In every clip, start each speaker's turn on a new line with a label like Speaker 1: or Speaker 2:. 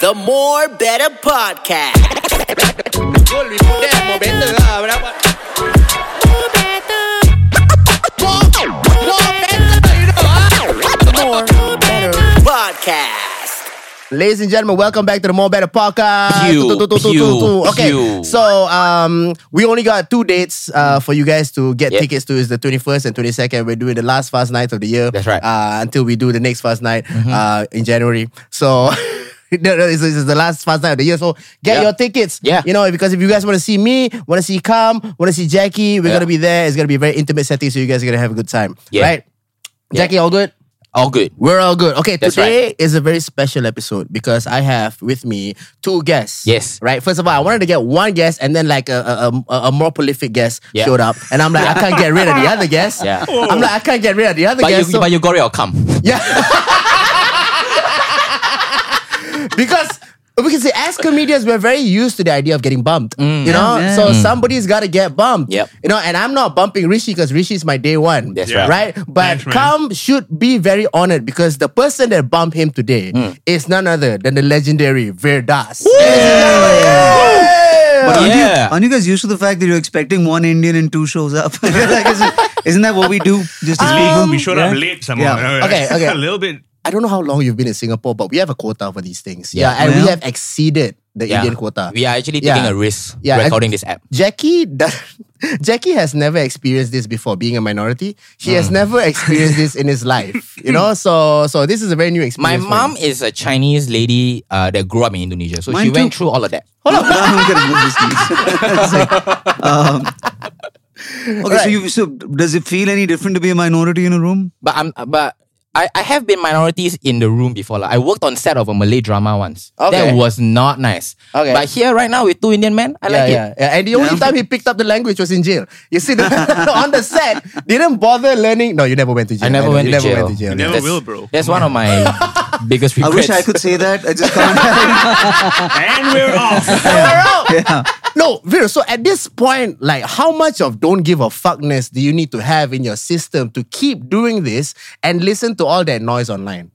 Speaker 1: the More Better Podcast. Yo, Luis More, More Better, ah, bravo. More Better. More, more Better, you know, ah. More Better Podcast.
Speaker 2: Ladies and gentlemen, welcome back to the More Better Podcast.
Speaker 3: Pew,
Speaker 2: Tu- tu- tu- tu-
Speaker 3: pew,
Speaker 2: tu- tu. Okay,
Speaker 3: pew.
Speaker 2: so um, we only got two dates uh, for you guys to get
Speaker 3: Yep.
Speaker 2: tickets to. Is the twenty first and twenty second. We're doing the last fast night of the year.
Speaker 3: That's right. Mm-hmm.
Speaker 2: Uh, until we do the next fast night uh, in January. So. no, no, This is the last fast night of the year, so get
Speaker 3: Yeah.
Speaker 2: your tickets.
Speaker 3: Yeah.
Speaker 2: you know because if you guys want to see me, want to see Cam, want to see Jackie, we're
Speaker 3: Yeah.
Speaker 2: gonna be there. It's gonna be a very intimate setting, so you guys are gonna have a good time.
Speaker 3: Yeah.
Speaker 2: Right, Jackie, all good.
Speaker 3: All good.
Speaker 2: We're all good. Okay,
Speaker 3: That's
Speaker 2: today is a very special episode because I have with me two guests.
Speaker 3: Yes.
Speaker 2: Right. First of all, I wanted to get one guest, and then like a a, a, a more prolific guest
Speaker 3: Yeah.
Speaker 2: showed up, and I'm like, I can't get rid of the other guest.
Speaker 3: Yeah.
Speaker 2: I'm like, I can't get rid of the other
Speaker 3: But you,
Speaker 2: guest. so-
Speaker 3: but you got it or come.
Speaker 2: yeah. because we can say as comedians, we're very used to the idea of getting bumped. you know? So somebody's gotta get bumped.
Speaker 3: Mm. Yep.
Speaker 2: You know, and I'm not bumping Rishi because Rishi's my day one.
Speaker 3: That's Yeah.
Speaker 2: right. But
Speaker 4: Thanks,
Speaker 2: Kam
Speaker 4: man.
Speaker 2: should be very honored because the person that bumped him today
Speaker 3: Mm.
Speaker 2: is none other than the legendary Veer Das. Uh,
Speaker 5: But
Speaker 3: Yeah.
Speaker 5: aren't, you, aren't you guys used to the fact that you're expecting one Indian and two shows up? like, isn't, isn't that what we do? Just as people?
Speaker 4: we showed up late somehow.
Speaker 5: Yeah.
Speaker 2: Okay, okay.
Speaker 4: a little bit.
Speaker 2: I don't know how long you've been in Singapore, but we have a quota for these things. Yeah, and we
Speaker 5: Well-
Speaker 2: have exceeded the
Speaker 3: Yeah.
Speaker 2: Indian quota.
Speaker 3: We are actually
Speaker 2: Yeah.
Speaker 3: taking a risk
Speaker 2: Yeah, I-
Speaker 3: recording this app.
Speaker 2: Jackie does, Jackie has never experienced this before being a minority. He
Speaker 3: Hmm.
Speaker 2: has never experienced this in his life. You know, so so this is a very new
Speaker 3: My
Speaker 2: experience. for
Speaker 3: mom
Speaker 2: him.
Speaker 3: is a Chinese lady uh, that grew up in Indonesia, so
Speaker 5: Mine
Speaker 3: she went
Speaker 5: too.
Speaker 3: through all of that.
Speaker 5: I'm gonna move this piece. It's like, um, okay, so you so does it feel any different to be a minority in a room?
Speaker 3: But I'm but I, I have been minorities in the room before. Like I worked on set of a Malay drama once.
Speaker 2: Okay.
Speaker 3: That was not nice.
Speaker 2: Okay.
Speaker 3: But here right now with two Indian men, I
Speaker 2: yeah,
Speaker 3: like
Speaker 2: yeah,
Speaker 3: it.
Speaker 2: yeah. And the only time he picked up the language was in jail. You see, the, on the set, didn't bother learning. No, you never went to jail.
Speaker 3: I never
Speaker 2: know,
Speaker 3: went
Speaker 2: you
Speaker 3: to
Speaker 2: never
Speaker 3: jail.
Speaker 2: Went to jail.
Speaker 4: You never
Speaker 3: That's-
Speaker 4: will, bro.
Speaker 3: That's one of my biggest
Speaker 5: I
Speaker 3: regrets.
Speaker 5: wish I could say that. I just can't.
Speaker 4: And we're off.
Speaker 5: yeah.
Speaker 2: No, Vera, so at this point, like how much of don't give a fuckness do you need to have in your system to keep doing this and listen to all that noise online?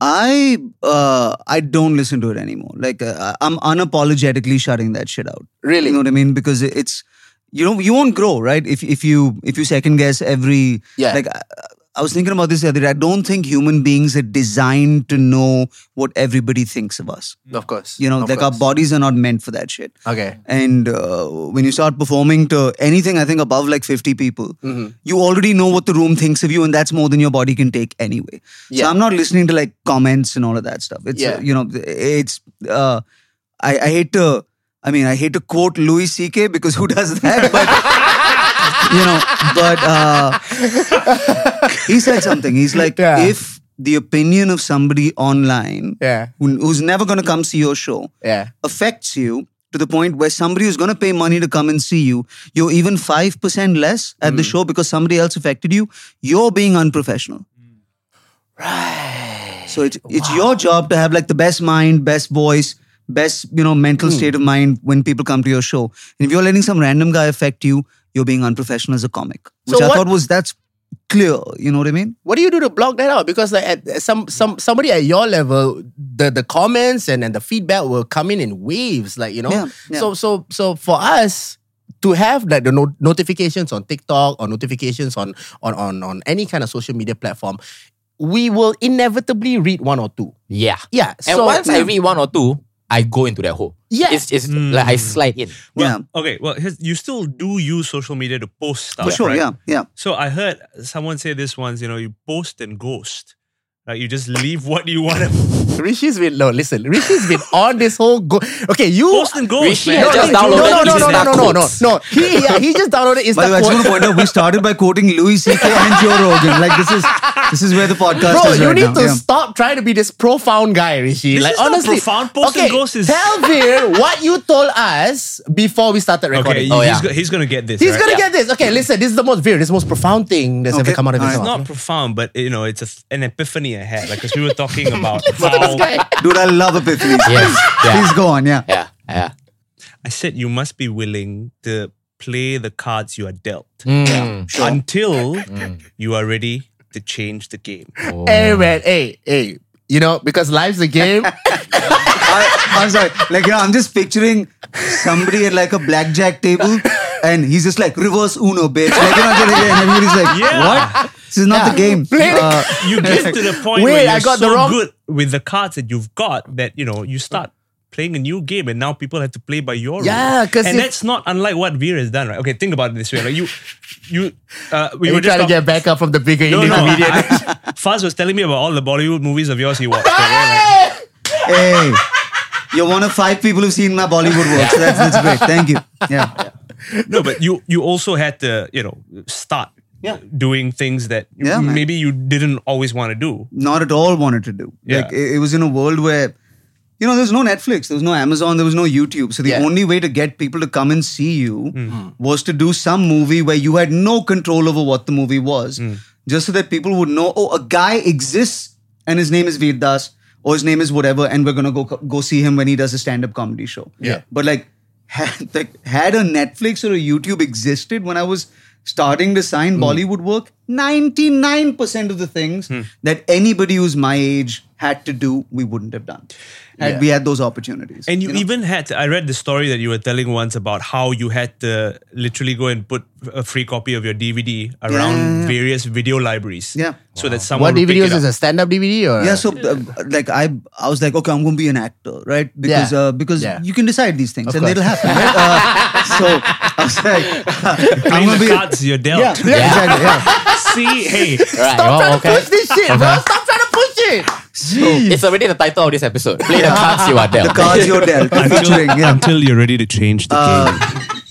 Speaker 5: I uh, I don't listen to it anymore. Like uh, I'm unapologetically shutting that shit out.
Speaker 2: Really?
Speaker 5: You know what I mean? Because it- it's you know you won't grow right if if you if you second guess every
Speaker 2: Yeah.
Speaker 5: Like I, I was thinking about this the other day. I don't think human beings are designed to know what everybody thinks of us.
Speaker 2: Of course.
Speaker 5: You know,
Speaker 2: Of
Speaker 5: like our
Speaker 2: course.
Speaker 5: bodies are not meant for that shit.
Speaker 2: Okay.
Speaker 5: And uh, when you start performing to anything, I think above like 50 people,
Speaker 2: Mm-hmm.
Speaker 5: you already know what the room thinks of you, and that's more than your body can take anyway.
Speaker 2: Yeah.
Speaker 5: So I'm not listening to like comments and all of that stuff. It's, uh,
Speaker 2: Yeah.
Speaker 5: you know, it's, uh, I, I hate to, I mean, I hate to quote Louis C.K. because who does that? But, you know, but uh, he said something. He's like,
Speaker 2: Yeah.
Speaker 5: if the opinion of somebody online
Speaker 2: Yeah.
Speaker 5: who- who's never going to come see your show,
Speaker 2: Yeah.
Speaker 5: affects you to the point where somebody who's going to pay money to come and see you, you're even 5% less at the show because somebody else affected you, you're being unprofessional. Right. So it's, it's your job to have like the best mind, best voice, best, you know, mental state of mind when people come to your show. And if you're letting some random guy affect you, you're being unprofessional as a comic, which
Speaker 2: So
Speaker 5: I
Speaker 2: what-
Speaker 5: thought was, that's clear. You know what I mean?
Speaker 2: what do you do to block that out? Because like at at some some somebody at your level, the the comments and, and the feedback will come in in waves, like you know.
Speaker 5: Yeah, yeah.
Speaker 2: So so so for us to have like the no- notifications on TikTok or notifications on on on on any kind of social media platform, we will inevitably read one or two.
Speaker 3: yeah.
Speaker 2: Yeah.
Speaker 3: And
Speaker 2: so,
Speaker 3: once I read one or two, I go into that hole.
Speaker 2: Yeah.
Speaker 3: It's, it's like I slide in.
Speaker 4: Well,
Speaker 5: Yeah.
Speaker 4: Okay, well, his, you still do use social media to post stuff.
Speaker 5: For sure.
Speaker 4: right?
Speaker 5: Yeah. Yeah.
Speaker 4: So I heard someone say this once, you know, you post and ghost. Like you just leave what you want to
Speaker 2: Rishi's been no, listen, Rishi's been on this whole go okay, you
Speaker 4: post and ghost,
Speaker 3: Rishi
Speaker 4: man.
Speaker 3: has just
Speaker 2: no,
Speaker 3: downloaded
Speaker 2: no, no, no, no,
Speaker 3: Insta
Speaker 2: no, no, no,
Speaker 3: quotes.
Speaker 2: no. He yeah, he just downloaded Insta
Speaker 5: By the way, I
Speaker 2: quotes.
Speaker 5: just want to point out we started by quoting Louis C.K. and Joe Rogan. Like this is this is where the podcast
Speaker 2: Bro,
Speaker 5: is
Speaker 2: you
Speaker 5: right
Speaker 2: need
Speaker 5: now.
Speaker 2: to
Speaker 5: Yeah.
Speaker 2: stop trying to be this profound guy, Rishi.
Speaker 4: This
Speaker 2: like
Speaker 4: is not
Speaker 2: honestly,
Speaker 4: profound. Post and
Speaker 2: okay,
Speaker 4: ghost is-
Speaker 2: tell Veer what you told us before we started
Speaker 4: Okay,
Speaker 2: recording.
Speaker 4: you-
Speaker 3: Oh,
Speaker 4: he's,
Speaker 3: yeah.
Speaker 4: go- he's gonna get this.
Speaker 2: He's
Speaker 4: right?
Speaker 2: gonna get this. Okay, listen, this is the most Veer, this is the most profound thing that's ever
Speaker 5: Okay,
Speaker 2: come out of his
Speaker 5: alright.
Speaker 2: mouth.
Speaker 4: It's not profound, but you know, it's a, an epiphany I had. Like, because we were talking about how
Speaker 5: Dude, I love epiphanies.
Speaker 3: Yes. Yeah.
Speaker 5: Please go on, yeah.
Speaker 3: Yeah. Yeah.
Speaker 4: I said you must be willing to play the cards you are dealt
Speaker 3: Mm.
Speaker 4: until you are ready to change the game.
Speaker 2: Hey man, hey, hey. You know, because life's a game.
Speaker 5: I, am sorry. Like, you know, I'm just picturing somebody at like a blackjack table and he's just like, reverse Uno, bitch. Like, you know, and everybody's like,
Speaker 4: Yeah.
Speaker 5: what? This is not the game. Uh,
Speaker 4: You get to the point
Speaker 2: Wait,
Speaker 4: where you're
Speaker 2: I got
Speaker 4: so
Speaker 2: the wrong-
Speaker 4: good with the cards that you've got that you know you start playing a new game and now people have to play by your
Speaker 2: Yeah,
Speaker 4: rules.
Speaker 2: 'cause
Speaker 4: and
Speaker 2: if-
Speaker 4: that's not unlike what Veer has done, right? Okay, think about it this way: like you, you, uh, we
Speaker 2: You're
Speaker 4: were just
Speaker 2: trying to get
Speaker 4: talk-
Speaker 2: back up from the bigger
Speaker 4: no,
Speaker 2: Indian
Speaker 4: no.
Speaker 2: comedian.
Speaker 4: I- Faz was telling me about all the Bollywood movies of yours he watched. right?
Speaker 5: hey, you're one of five people who've seen my Bollywood work. So that's, that's great. Thank you. Yeah.
Speaker 4: Like, no, but you you also had to you know start doing things that you-
Speaker 5: Yeah, man.
Speaker 4: maybe you didn't always want to do.
Speaker 5: Not at all wanted to do.
Speaker 4: Yeah.
Speaker 5: Like, it, it was in a world where, you know, there was no Netflix, there was no Amazon, there was no YouTube. So the
Speaker 2: Yeah. Hmm.
Speaker 5: only way to get people to come and see you was to do some movie where you had no control over what the movie was, just so that people would know, oh, a guy exists and his name is Veer Das or his name is whatever, and we're gonna go go see him when he does a stand up comedy show.
Speaker 2: Yeah.
Speaker 5: but like had, like, had a Netflix or a YouTube existed when I was starting to sign
Speaker 2: Hmm.
Speaker 5: Bollywood work, ninety nine percent of the things that anybody who's my age had to do, we wouldn't have done. Had we had those opportunities,
Speaker 4: And you,
Speaker 5: know?
Speaker 4: even had, to- I read the story that you were telling once about how you had to literally go and put a free copy of your DVD around
Speaker 5: yeah, yeah.
Speaker 4: various video libraries.
Speaker 5: Yeah.
Speaker 4: So that
Speaker 2: What
Speaker 4: someone would pick
Speaker 2: DVD is
Speaker 4: it up.
Speaker 2: this? A stand-up DVD or?
Speaker 5: yeah so uh, like i i was like okay i'm going to be an actor right because
Speaker 2: Yeah.
Speaker 5: uh, because
Speaker 2: Yeah.
Speaker 5: you can decide these things
Speaker 2: Of
Speaker 5: and
Speaker 2: course.
Speaker 5: it'll happen right? uh, so i was like i'm
Speaker 4: Playing
Speaker 5: going to
Speaker 4: the
Speaker 5: be
Speaker 4: cards you're
Speaker 2: Oh,
Speaker 4: dealt.
Speaker 5: yeah, exactly yeah
Speaker 4: See, hey,
Speaker 3: Right,
Speaker 4: Oh,
Speaker 2: Stop
Speaker 3: well,
Speaker 2: trying
Speaker 3: okay.
Speaker 2: to push this shit, bro. Stop trying to push it.
Speaker 3: It's already the title of this episode. Play the cards you are dealt.
Speaker 5: cards you're dealt
Speaker 4: until,
Speaker 5: featuring yeah
Speaker 4: until you're ready to change the game.
Speaker 5: Um,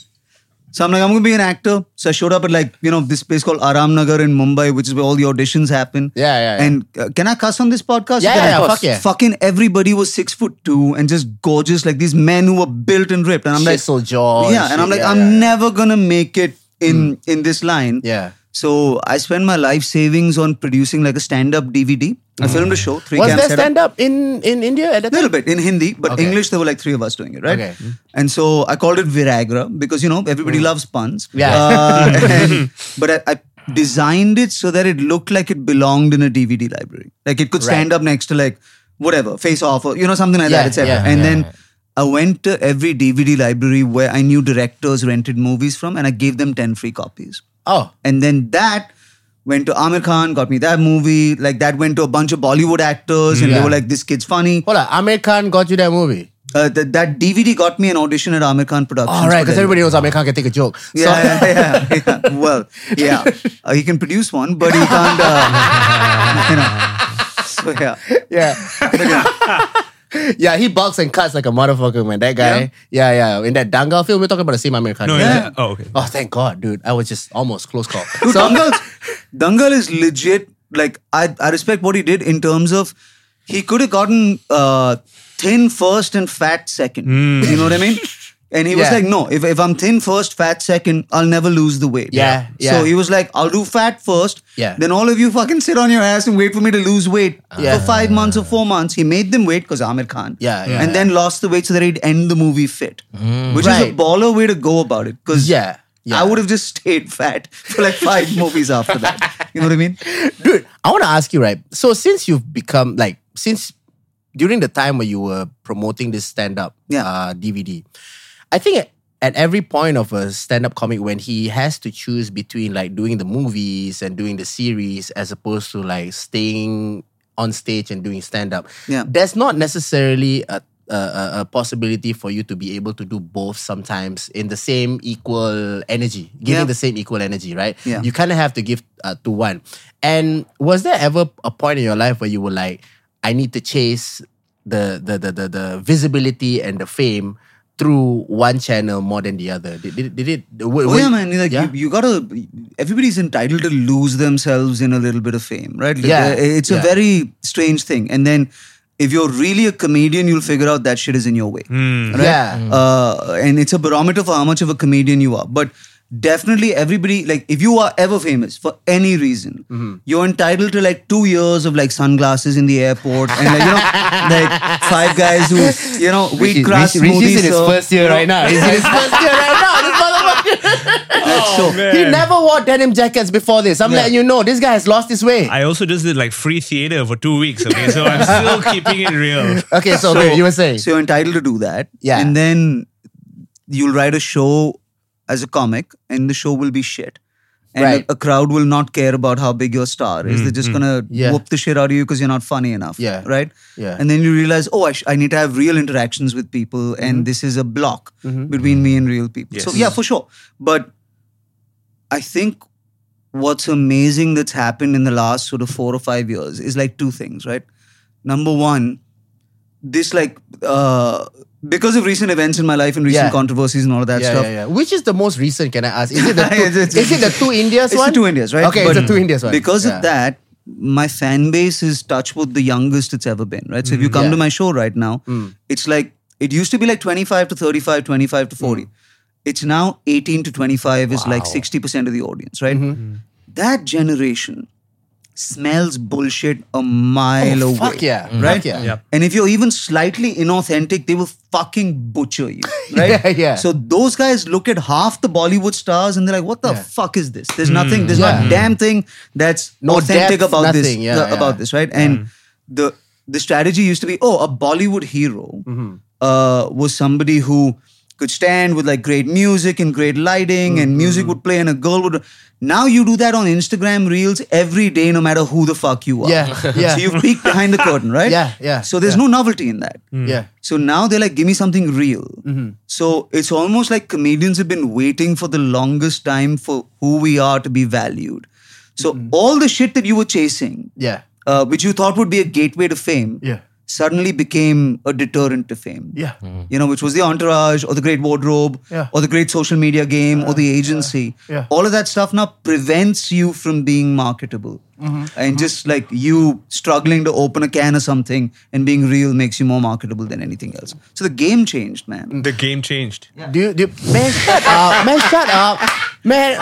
Speaker 5: so i'm like i'm going to be an actor so i showed up at like you know this place called aramnagar in mumbai which is where all the auditions happen
Speaker 2: Yeah, yeah, yeah.
Speaker 5: and uh, can i cuss on this podcast
Speaker 2: Yeah,
Speaker 5: Can I
Speaker 2: yeah,
Speaker 5: cuss?
Speaker 2: fuck yeah.
Speaker 5: fucking everybody was six foot two and just gorgeous like these men who were built and ripped and i'm like
Speaker 2: Chisel jaw.
Speaker 5: yeah, and I'm
Speaker 2: shit.
Speaker 5: like,
Speaker 2: Yeah,
Speaker 5: I'm
Speaker 2: yeah, yeah.
Speaker 5: never gonna make it in in this line.
Speaker 2: Yeah.
Speaker 5: So I spent my life savings on producing like a stand-up DVD.
Speaker 2: Hmm.
Speaker 5: I filmed a show, three
Speaker 2: Was
Speaker 5: cam
Speaker 2: there
Speaker 5: setup.
Speaker 2: stand-up in in India at that
Speaker 5: A
Speaker 2: time?
Speaker 5: little bit in Hindi, but
Speaker 2: Okay.
Speaker 5: English there were like three of us doing it, right? Mm-hmm.
Speaker 2: Okay. Mm.
Speaker 5: And so I called it Viragra because you know everybody loves puns.
Speaker 2: Yeah.
Speaker 5: Uh, and- but I, I designed it so that it looked like it belonged in a DVD library. Like it could stand up next to like whatever Face Off or you know something like that,
Speaker 2: Yeah,
Speaker 5: etc.
Speaker 2: yeah,
Speaker 5: and then I went to every DVD library where I knew directors rented movies from, and I gave them ten free copies.
Speaker 2: Oh,
Speaker 5: And then that went to Amir Khan, got me that movie. Like that went to a bunch of Bollywood actors, and they
Speaker 2: Yeah.
Speaker 5: were like, "This kid's funny."
Speaker 2: hold on. Amir Khan got you that movie.
Speaker 5: Uh, th- that DVD got me an audition at Amir Khan Productions.
Speaker 2: All right,
Speaker 5: for
Speaker 2: because
Speaker 5: that.
Speaker 2: everybody knows Amir Khan can take a joke. So-
Speaker 5: Oh, Yeah, yeah, yeah, yeah. Well, yeah, Uh, he can produce one, but he can't. Uh, you know. So yeah,
Speaker 2: yeah. yeah, he box and cuts like a motherfucker, man. That guy. Yeah, yeah. In that Dangal film, we're talking about the same Amir Khan.
Speaker 4: No,
Speaker 2: guy.
Speaker 4: yeah. yeah. Oh, okay.
Speaker 2: Oh, thank God, dude. I was just almost close call.
Speaker 5: Dude, Dangal, Dangal is legit. Like I, I respect what he did in terms of he could have gotten uh, thin first and fat second. You know what I mean? And he was
Speaker 2: Hmm. Yeah.
Speaker 5: like, no, if, if I'm thin first, fat second, I'll never lose the weight.
Speaker 2: Yeah,
Speaker 5: So
Speaker 2: yeah.
Speaker 5: he was like, I'll do fat first.
Speaker 2: Yeah.
Speaker 5: Then all of you fucking sit on your ass and wait for me to lose weight
Speaker 2: Yeah.
Speaker 5: for five months or four months. He made them wait because Amir Khan.
Speaker 2: Yeah, yeah, Hmm.
Speaker 5: And then lost the weight so that he'd end the movie fit, which is a
Speaker 2: Right.
Speaker 5: baller way to go about it. Because
Speaker 2: Yeah, yeah.
Speaker 5: I would have just stayed fat for like five movies after that. You know what I mean?
Speaker 2: dude, I want to ask you, right? So since you've become like since during the time where you were promoting this stand-up
Speaker 5: Yeah.
Speaker 2: uh, DVD, I think at, at every point of a stand-up comic when he has to choose between like doing the movies and doing the series as opposed to like staying on stage and doing stand-up,
Speaker 5: Yeah.
Speaker 2: there's not necessarily a a, a- a possibility for you to be able to do both sometimes in the same equal energy, giving
Speaker 5: Yeah.
Speaker 2: the same equal energy, right?
Speaker 5: Yeah.
Speaker 2: You kind of have to give uh, to one. And was there ever a point in your life where you were like, I need to chase the the the the, the visibility and the fame through one channel more than the other? Did, did, did it? w-
Speaker 5: Oh
Speaker 2: w-
Speaker 5: yeah, man. Like
Speaker 2: yeah.
Speaker 5: You, you gotta. Everybody's entitled to lose themselves in a little bit of fame, right? Like,
Speaker 2: Yeah,
Speaker 5: uh, It's a
Speaker 2: yeah.
Speaker 5: very strange thing. And then, if you're really a comedian, you'll figure out that shit is in your way. right?
Speaker 2: Yeah.
Speaker 5: Uh, and it's a barometer for how much of a comedian you are. But definitely, everybody like if you are ever famous for any reason,
Speaker 2: Mm-hmm.
Speaker 5: you're entitled to like two years of like sunglasses in the airport and like, you know like five guys who you know wheat grass
Speaker 2: Rich- Rich is
Speaker 5: smoothies.
Speaker 2: in his
Speaker 5: serve.
Speaker 2: first year right now. He's in his first year right now. This motherfucker.
Speaker 5: Uh, jacket show.
Speaker 4: Oh,
Speaker 2: He never wore denim jackets before this. I'm letting you know, this guy has lost his way.
Speaker 4: I also just did like free theater for two weeks. Okay, so I'm still keeping it real.
Speaker 2: okay, so,
Speaker 5: So-
Speaker 2: wait, you were saying.
Speaker 5: So you're entitled to do that.
Speaker 2: Yeah.
Speaker 5: And then you'll write a show as a comic, and the show will be shit. And
Speaker 2: Right. Mm,
Speaker 5: a, a crowd will not care about how big your star is. They're just gonna
Speaker 2: Yeah.
Speaker 5: whoop the shit out of you because you're not funny enough.
Speaker 2: Yeah.
Speaker 5: Right.
Speaker 2: Yeah.
Speaker 5: And then you realize, oh, I, sh- I need to have real interactions with people, and
Speaker 2: Mm-hmm.
Speaker 5: this is a block between me and real people. So
Speaker 4: Yes.
Speaker 5: yeah, for sure. But I think what's amazing that's happened in the last sort of four or five years is like two things, right? Number one, this like uh, because of recent events in my life and recent
Speaker 2: Yeah.
Speaker 5: controversies and all of that
Speaker 2: yeah,
Speaker 5: stuff.
Speaker 2: yeah, yeah. Which is the most recent? Can I ask? Is it the two,
Speaker 5: It's- it's-
Speaker 2: is it the two Indias
Speaker 5: It's
Speaker 2: one?
Speaker 5: the two Indias, right?
Speaker 2: Okay, it's the two Indias one.
Speaker 5: Because
Speaker 2: Yeah.
Speaker 5: of that, my fan base is touchwood the youngest it's ever been, right? So if you come
Speaker 2: Mm. Yeah. Mm.
Speaker 5: to my show right now, it's like it used to be like 25 to 35, 25 to
Speaker 2: Mm.
Speaker 5: 40. It's now 18 to 25 is like 60% of the audience, right?
Speaker 2: Mm-hmm.
Speaker 5: That generation smells bullshit a mile
Speaker 2: Oh,
Speaker 5: away.
Speaker 2: fuck yeah.
Speaker 5: Right?
Speaker 2: Fuck yeah.
Speaker 4: Yep.
Speaker 5: And if you're even slightly inauthentic, they will fucking butcher you, right?
Speaker 2: Yeah, yeah.
Speaker 5: So those guys look at half the Bollywood stars and they're like, "What the fuck is this? There's nothing. There's not
Speaker 2: Yeah.
Speaker 5: a damn thing that's
Speaker 2: No
Speaker 5: authentic
Speaker 2: depth,
Speaker 5: about this.
Speaker 2: nothing. Yeah,
Speaker 5: uh, about
Speaker 2: yeah.
Speaker 5: this, right? And the the strategy used to be, oh, a Bollywood hero
Speaker 2: Mm-hmm.
Speaker 5: uh, was somebody who could stand with like great music and great lighting,
Speaker 2: Mm-hmm.
Speaker 5: and music would play, and a girl would. Now you do that on Instagram reels every day, no matter who the fuck you are.
Speaker 2: Yeah, yeah.
Speaker 5: So you peek behind the curtain, right?
Speaker 2: Yeah, yeah,
Speaker 5: So there's
Speaker 2: yeah.
Speaker 5: no novelty in that.
Speaker 2: Yeah.
Speaker 5: So now they're like, give me something real. So it's almost like comedians have been waiting for the longest time for who we are to be valued. So all the shit that you were chasing,
Speaker 2: Yeah.
Speaker 5: uh, which you thought would be a gateway to fame,
Speaker 2: Yeah.
Speaker 5: suddenly became a deterrent to fame.
Speaker 2: Yeah.
Speaker 5: You know, which was the entourage or the great wardrobe
Speaker 2: Yeah.
Speaker 5: or the great social media game or the agency.
Speaker 2: yeah.
Speaker 5: All of that stuff now prevents you from being marketable.
Speaker 2: Mm-hmm.
Speaker 5: And just like you struggling to open a can of something and being real makes you more marketable than anything else. So the game changed, man.
Speaker 2: Mm.
Speaker 4: The game changed.
Speaker 2: Do you, do you, man, shut up. Man, shut up. Man.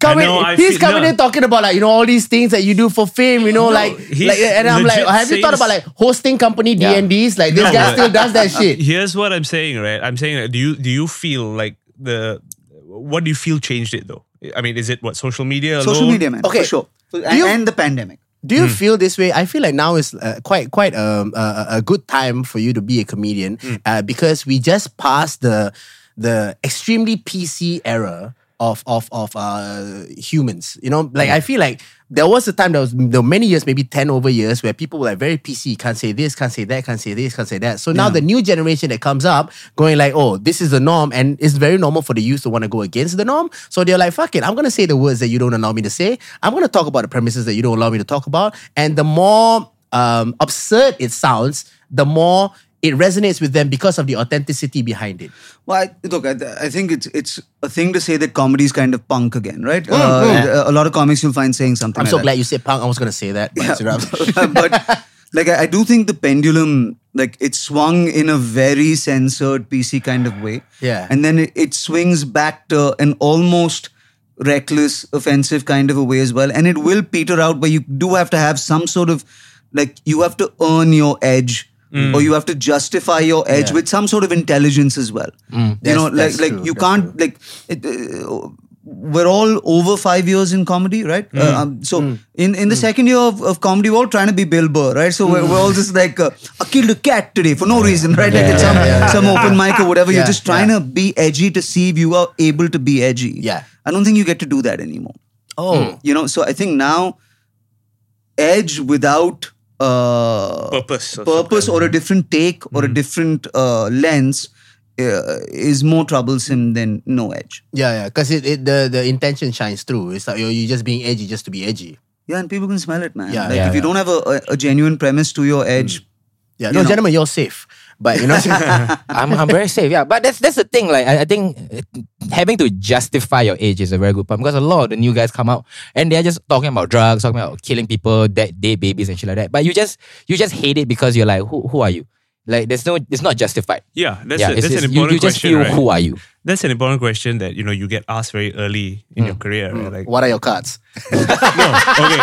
Speaker 2: Coming,
Speaker 4: know, I
Speaker 2: he's
Speaker 4: feel-
Speaker 2: coming
Speaker 4: no.
Speaker 2: in talking about like you know all these things that you do for fame, you know, like,
Speaker 4: he's
Speaker 2: like and I'm like,
Speaker 4: legit
Speaker 2: have you thought
Speaker 4: says-
Speaker 2: about like hosting company D
Speaker 3: Yeah.
Speaker 2: and D's? Like this
Speaker 4: No,
Speaker 2: guy
Speaker 4: but-
Speaker 2: still does that shit.
Speaker 4: Here's what I'm saying, right? I'm saying, like, do you do you feel like the what do you feel changed it though? I mean, is it what social media? Alone?
Speaker 5: Social media, man.
Speaker 2: Okay.
Speaker 5: For sure. So-
Speaker 2: Do
Speaker 5: and,
Speaker 2: you-
Speaker 5: and the pandemic.
Speaker 2: Do you feel this way? I feel like now is uh, quite quite um, a, a a good time for you to be a comedian uh, because we just passed the the extremely PC era of of of uh, humans. You know, like I feel like there was a time there was there were many years, maybe ten over years, where people were like very PC, can't say this, can't say that, can't say this, can't say that. So now the new generation that comes up, going like, oh, this is the norm, and it's very normal for the youth to want to go against the norm. So they're like, fuck it, I'm gonna say the words that you don't allow me to say. I'm gonna talk about the premises that you don't allow me to talk about. And the more um, absurd it sounds, the more it resonates with them because of the authenticity behind it.
Speaker 5: Well, I, look, I, I think it's it's a thing to say that comedy is kind of punk again, right?
Speaker 2: Mm,
Speaker 5: Uh, A lot of comics you'll find saying something.
Speaker 2: I'm
Speaker 5: like
Speaker 2: so
Speaker 5: that.
Speaker 2: glad you said punk. I was gonna say that, but it's
Speaker 5: Yeah.
Speaker 2: around-
Speaker 5: but like I, I do think the pendulum like it swung in a very censored pc kind of way
Speaker 2: Yeah.
Speaker 5: and then it, it swings back to an almost reckless offensive kind of a way as well and it will peter out but you do have to have some sort of like you have to earn your edge or you have to justify your
Speaker 2: Mm.
Speaker 5: edge
Speaker 2: Yeah.
Speaker 5: with some sort of intelligence as well you
Speaker 2: That's-
Speaker 5: know like
Speaker 2: that's
Speaker 5: like
Speaker 2: true,
Speaker 5: you
Speaker 2: that's
Speaker 5: can't like it, uh, we're all over five years in comedy, right?
Speaker 2: Mm.
Speaker 5: Uh, um, so in, in the second year of, of comedy, we're all trying to be Bill Burr, right? So we're, we're
Speaker 2: Mm.
Speaker 5: all just like, uh, I killed a cat today for no reason, right? Like it's some, some open mic or whatever. You're
Speaker 2: Yeah,
Speaker 5: just trying to be edgy to see if you are able to be edgy.
Speaker 2: Yeah.
Speaker 5: I don't think you get to do that anymore.
Speaker 4: Hmm.
Speaker 2: Oh,
Speaker 5: You know, so I think now edge without uh,
Speaker 4: Purpose or
Speaker 5: purpose or a different take or a different uh, lens uh, is more troublesome than no edge.
Speaker 2: yeah, yeah. Because it, it the the intention shines through. It's like you're, you're just being edgy just to be edgy.
Speaker 5: Yeah, and people can smell it, man.
Speaker 2: Yeah,
Speaker 5: like
Speaker 3: yeah,
Speaker 5: if you
Speaker 3: yeah.
Speaker 5: don't have a, a, a genuine premise to your edge,
Speaker 2: Yeah,
Speaker 5: You
Speaker 2: no,
Speaker 5: know.
Speaker 2: gentlemen, you're safe. But you know,
Speaker 3: I'm, I'm very safe. Yeah, but that's that's the thing. Like I, I think uh, having to justify your age is a very good point because a lot of the new guys come out and they're just talking about drugs, talking about killing people, dead, dead babies and shit like that. But you just you just hate it because you're like, who who are you? Like there's no, it's not justified.
Speaker 4: Yeah, that's
Speaker 3: yeah,
Speaker 4: a,
Speaker 3: it's
Speaker 4: that's
Speaker 3: just-
Speaker 4: an important
Speaker 3: you, you just
Speaker 4: question,
Speaker 3: feel
Speaker 4: right?
Speaker 3: who are you?
Speaker 4: that's an important question that you know you get asked very early in
Speaker 3: Mm.
Speaker 4: your career. right? Like,
Speaker 2: What are your cards?
Speaker 4: no, okay,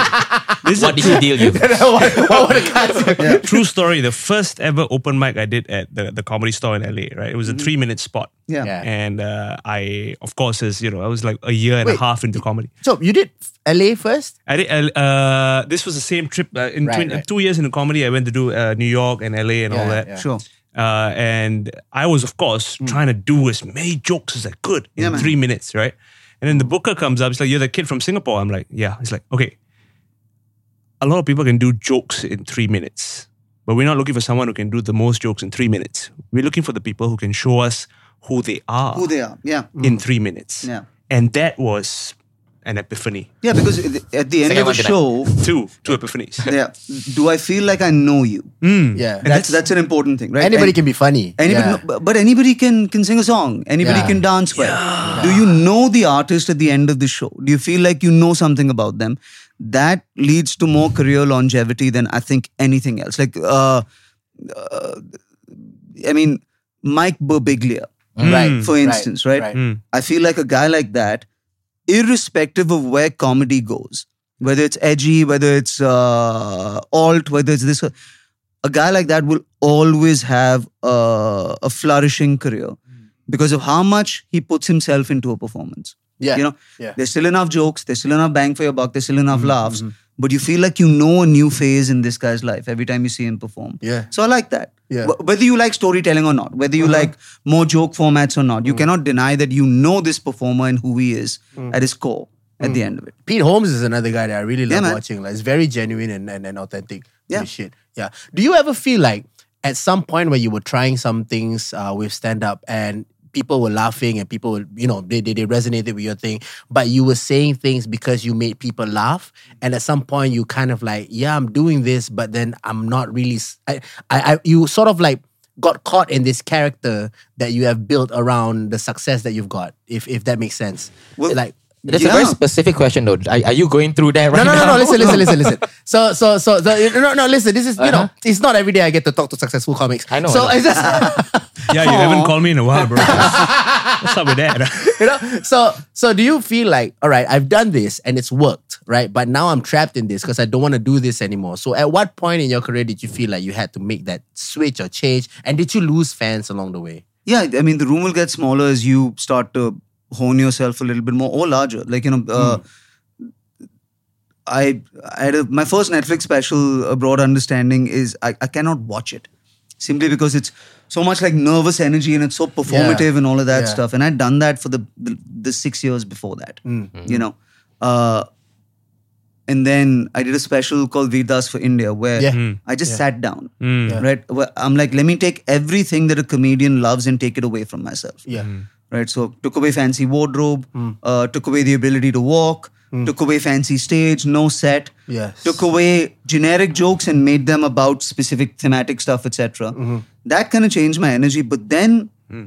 Speaker 4: this is
Speaker 3: What did you deal you?
Speaker 2: what, what were the cards?
Speaker 4: True story. The first ever open mic I did at the, the comedy store in LA, right? It was a
Speaker 3: Mm-hmm.
Speaker 4: three minute spot.
Speaker 5: Yeah.
Speaker 2: Yeah.
Speaker 4: And uh, I, of course, is you know, I was like a year and
Speaker 2: Wait.
Speaker 4: a half into comedy.
Speaker 2: So you did LA first?
Speaker 4: I did. Uh, this was the same trip. Uh, in
Speaker 2: Right,
Speaker 4: twin-
Speaker 2: right.
Speaker 4: two years into comedy, I went to do uh, New York and LA and all
Speaker 2: Yeah,
Speaker 4: that.
Speaker 2: yeah.
Speaker 5: Sure.
Speaker 4: Uh, and I was, of course, trying to do as many jokes as I could
Speaker 5: Hmm.
Speaker 4: in
Speaker 5: Yeah, man.
Speaker 4: three minutes, right? And then the booker comes up. It's like, you're the kid from Singapore. I'm like, yeah. It's like, okay, a lot of people can do jokes in three minutes, but we're not looking for someone who can do the most jokes in three minutes. We're looking for the people who can show us who they are
Speaker 5: Who they are. Yeah.
Speaker 4: in three minutes.
Speaker 5: Yeah.
Speaker 4: And that was an epiphany.
Speaker 5: Yeah, because at the- at the end
Speaker 3: Second
Speaker 5: of a
Speaker 3: one tonight.
Speaker 5: show,
Speaker 4: Two, two epiphanies.
Speaker 5: yeah, do I feel like I know you?
Speaker 4: Hmm.
Speaker 2: Yeah.
Speaker 5: And that's that's an important thing, right?
Speaker 2: Anybody
Speaker 5: And-
Speaker 2: can be funny.
Speaker 5: Anybody,
Speaker 2: Yeah.
Speaker 5: no, but- but anybody can can sing a song. Anybody
Speaker 2: Yeah.
Speaker 5: can dance well. Do you know the artist at the end of the show? Do you feel like you know something about them? That leads to more career longevity than I think anything else. Like, uh, uh, I mean, Mike Birbiglia,
Speaker 2: Right.
Speaker 5: Mm. for
Speaker 2: Mm. right,
Speaker 5: instance, right?
Speaker 2: right.
Speaker 5: I feel like a guy like that, irrespective of where comedy goes, whether it's edgy, whether it's uh, alt, whether it's this, a guy like that will always have a, a flourishing career because of how much he puts himself into a performance.
Speaker 2: Yeah.
Speaker 5: You know,
Speaker 2: Yeah.
Speaker 5: there's still enough jokes, there's still enough bang for your buck, there's still enough laughs, but you feel like you know a new phase in this guy's life every time you see him perform.
Speaker 2: Yeah.
Speaker 5: So I like that.
Speaker 2: Yeah.
Speaker 5: Wh- Whether you like storytelling or not, whether you like more joke formats or not, you cannot deny that you know this performer and who he is at his core at the end of it.
Speaker 2: Pete Holmes is another guy that I really love
Speaker 5: man.
Speaker 2: watching. Like, it's very genuine and, and, and authentic.
Speaker 5: Yeah.
Speaker 2: Yeah. Shit. Yeah. Do you ever feel like at some point where you were trying some things uh, with stand up and people were laughing and people, were, you know, they, they, they resonated with your thing, but you were saying things because you made people laugh. And at some point you kind of like, yeah, I'm doing this, but then I'm not really, s- I, I, I- you sort of like, Got caught in this character that you have built around the success that you've got, if if that makes sense.
Speaker 5: Well,
Speaker 2: like
Speaker 3: That's a
Speaker 5: Yeah.
Speaker 3: very specific question, though. Are, are you going through that
Speaker 2: no,
Speaker 3: right
Speaker 2: no,
Speaker 3: now?
Speaker 2: no, no. Listen, listen, listen, listen. So, so, so, so you- no, no. Listen, this is you know, it's not every day I get to talk to successful comics.
Speaker 3: I know,
Speaker 2: So
Speaker 3: I know.
Speaker 2: it's just,
Speaker 4: Yeah, you haven't called me in a while, bro. What's up with that?
Speaker 2: you know, so, so do you feel like, all right, I've done this and it's worked, right? But now I'm trapped in this because I don't want to do this anymore. So, at what point in your career did you feel like you had to make that switch or change? And did you lose fans along the way?
Speaker 5: Yeah, I mean, the room will get smaller as you start to hone yourself a little bit more or larger. Like, you know, uh, I, I had a, my first Netflix special, A Broad Understanding, is I, I cannot watch it simply because it's so much like nervous energy and it's so performative and all of that
Speaker 2: Yeah.
Speaker 5: stuff. And I'd done that for the, the, the six years before that,
Speaker 2: Mm.
Speaker 5: you know. Uh, and then I did a special called Vidas for India where
Speaker 2: Yeah. Mm.
Speaker 5: I just sat down,
Speaker 2: Yeah.
Speaker 5: right? Where I'm like, let me take everything that a comedian loves and take it away from myself
Speaker 2: Yeah, Mm.
Speaker 5: right? So took away fancy wardrobe, uh, took away the ability to walk, took away fancy stage, no set,
Speaker 2: Yes.
Speaker 5: took away generic jokes and made them about specific thematic stuff, etc.
Speaker 3: Mm-hmm.
Speaker 5: That kind of changed my energy. But then,
Speaker 3: Hmm.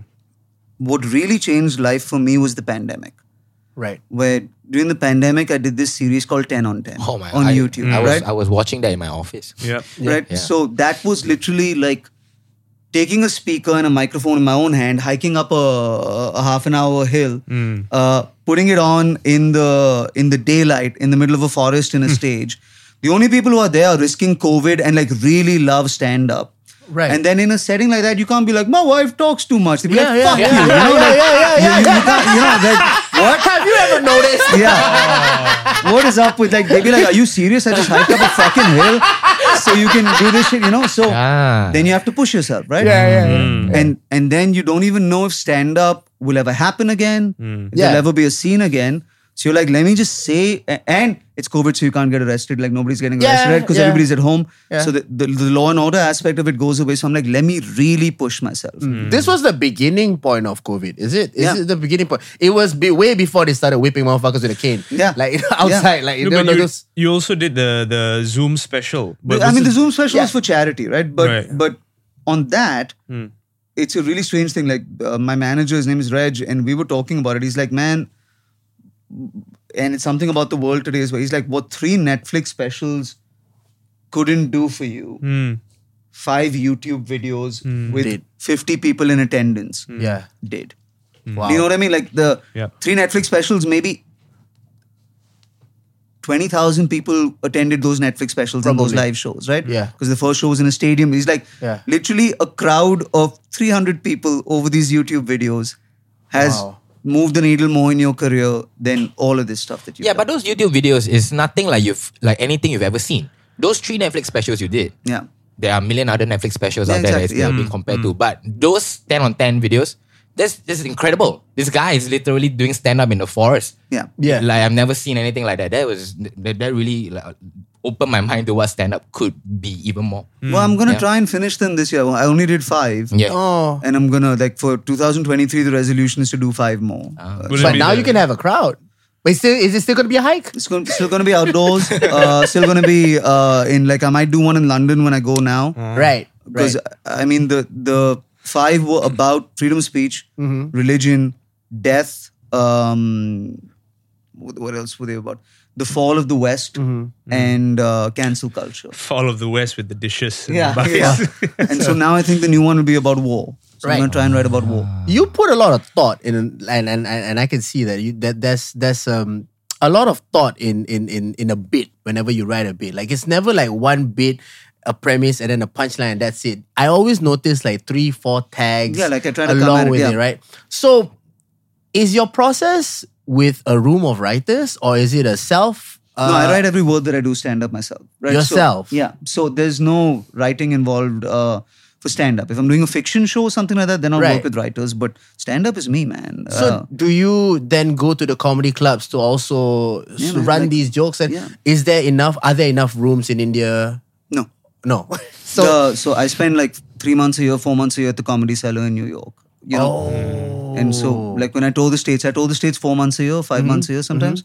Speaker 5: what really changed life for me was the pandemic.
Speaker 2: right.
Speaker 5: Where during the pandemic, I did this series called Ten on Ten
Speaker 3: Oh my!
Speaker 5: on
Speaker 3: I,
Speaker 5: YouTube,
Speaker 3: I was
Speaker 5: right?
Speaker 3: I was watching that in my office.
Speaker 4: Yeah.
Speaker 5: right?
Speaker 3: Yeah.
Speaker 5: So that was literally like taking a speaker and a microphone in my own hand, hiking up a, a half an hour hill,
Speaker 2: Hmm.
Speaker 5: uh, putting it on in the in the daylight in the middle of a forest
Speaker 2: Hmm.
Speaker 5: in a stage. The only people who are there are risking COVID and like really love stand up.
Speaker 2: Right.
Speaker 5: And then in a setting like that, you can't be like, my wife talks too much. They'd be
Speaker 2: Yeah,
Speaker 5: like,
Speaker 2: yeah,
Speaker 5: fuck you.
Speaker 2: yeah, yeah,
Speaker 5: you know,
Speaker 2: yeah,
Speaker 5: like,
Speaker 2: yeah, yeah,
Speaker 5: you- you
Speaker 2: yeah.
Speaker 5: can't- you know, like,
Speaker 2: What have you ever noticed?
Speaker 5: yeah. what is up with like they'd be like, Are you serious? I just hiked up a fucking hill so you can do this shit, you know? So
Speaker 3: Ah.
Speaker 5: then you have to push yourself, right?
Speaker 2: yeah, yeah.
Speaker 5: And and then you don't even know if stand up will ever happen again, if
Speaker 2: Yeah.
Speaker 5: there'll ever be a scene again. So you're like, let me just say, a- and it's COVID, so you can't get arrested. Like nobody's getting
Speaker 2: Yeah,
Speaker 5: arrested, right? Because
Speaker 2: yeah.
Speaker 5: everybody's at home.
Speaker 2: Yeah.
Speaker 5: So the, the, the law and order aspect of it goes away. So I'm like, let me really push myself.
Speaker 2: This was the beginning point of COVID, is it? Is
Speaker 5: Yeah.
Speaker 2: it the beginning point? It was be- way before they started whipping motherfuckers with a cane.
Speaker 5: Yeah.
Speaker 2: Like outside, like
Speaker 4: No,
Speaker 2: they
Speaker 4: but
Speaker 2: were
Speaker 4: you,
Speaker 2: those-
Speaker 4: you also did the the Zoom special. But
Speaker 5: I
Speaker 4: was
Speaker 5: mean,
Speaker 4: it-
Speaker 5: the Zoom special
Speaker 2: Yeah.
Speaker 5: was for charity, right? But
Speaker 4: Right. Hmm.
Speaker 5: but on that, it's a really strange thing. Like uh, my manager, his name is Reg, and we were talking about it. He's like, man, and it's something about the world today as well. He's like, what three Netflix specials couldn't do for you,
Speaker 4: Hmm.
Speaker 5: five YouTube videos with
Speaker 2: Did.
Speaker 4: Hmm.
Speaker 5: fifty people in attendance
Speaker 2: Yeah.
Speaker 5: did. Do you know what I mean? Like the
Speaker 4: Yeah.
Speaker 5: three Netflix specials, maybe twenty thousand people attended those Netflix specials and those
Speaker 2: Probably.
Speaker 5: live shows, right?
Speaker 2: Yeah.
Speaker 5: Because the first show was in a stadium. It's like
Speaker 2: Yeah.
Speaker 5: literally a crowd of three hundred people over these YouTube videos has
Speaker 2: Wow.
Speaker 5: moved the needle more in your career than all of this stuff that you.
Speaker 3: Yeah, but those YouTube videos is nothing like you've like anything you've ever seen. Those three Netflix specials you did.
Speaker 5: yeah.
Speaker 3: There are a million other Netflix specials
Speaker 5: Yeah,
Speaker 3: out there
Speaker 5: exactly,
Speaker 3: that is
Speaker 5: yeah. Mm.
Speaker 3: being compared to. But those 10 on 10 videos, that's this is incredible. This guy is literally doing stand-up in the forest.
Speaker 5: Yeah.
Speaker 2: Yeah.
Speaker 3: Like I've never seen anything like that. That was that, that really like, opened my mind to what stand-up could be even more.
Speaker 2: Hmm.
Speaker 5: Well, I'm gonna
Speaker 3: Yeah.
Speaker 5: try and finish them this year. I only did five.
Speaker 3: Yeah.
Speaker 2: Oh.
Speaker 5: And I'm gonna like for 2023, the resolution is to do five more.
Speaker 4: Will it
Speaker 2: But
Speaker 4: be
Speaker 2: now
Speaker 4: the-
Speaker 2: you can have a crowd. But it's still, is it still going to be a hike?
Speaker 5: It's going, still going to be outdoors. uh, still going to be uh, in like I might do one in London when I go now
Speaker 2: Right. Right.
Speaker 5: because I mean the the five were about freedom of speech, religion, death. Um, what what else were they about? The fall of the West and uh, cancel culture.
Speaker 4: Fall of the West with the dishes. and the
Speaker 5: Yeah, yeah.
Speaker 4: buckets.
Speaker 5: and so now I think the new one will be about war. So I'm
Speaker 2: Right.
Speaker 5: going to try and write about war.
Speaker 2: You put a lot of thought in, and and and, and I can see that you that there's there's um a lot of thought in in in in a bit whenever you write a bit. Like it's never like one bit, a premise, and then a punchline, and that's it. I always notice like three, four tags.
Speaker 5: Yeah, like I try to come
Speaker 2: along
Speaker 5: at it,
Speaker 2: with
Speaker 5: yeah.
Speaker 2: it, right? So, is your process with a room of writers, or is it a self? Uh,
Speaker 5: no, I write every word that I do stand up myself. Right?
Speaker 2: Yourself?
Speaker 5: So, yeah. So there's no writing involved uh, for stand up. If I'm doing a fiction show or something like that, then I'll work
Speaker 2: Right.
Speaker 5: with writers. But stand up is me, man.
Speaker 2: So
Speaker 5: Uh,
Speaker 2: do you then go to the comedy clubs to also s-
Speaker 5: Yeah, man,
Speaker 2: run
Speaker 5: like-
Speaker 2: these jokes? And
Speaker 5: yeah.
Speaker 2: is there enough? Are there enough rooms in India?
Speaker 5: no.
Speaker 2: No.
Speaker 5: So,
Speaker 2: so
Speaker 5: so I spend like three months a year, four months a year at the Comedy Cellar in New York. You know.
Speaker 2: Oh.
Speaker 5: And so, like when I tour the states, I tour the states four months a year,
Speaker 2: Mm-hmm.
Speaker 5: 5 months a year sometimes.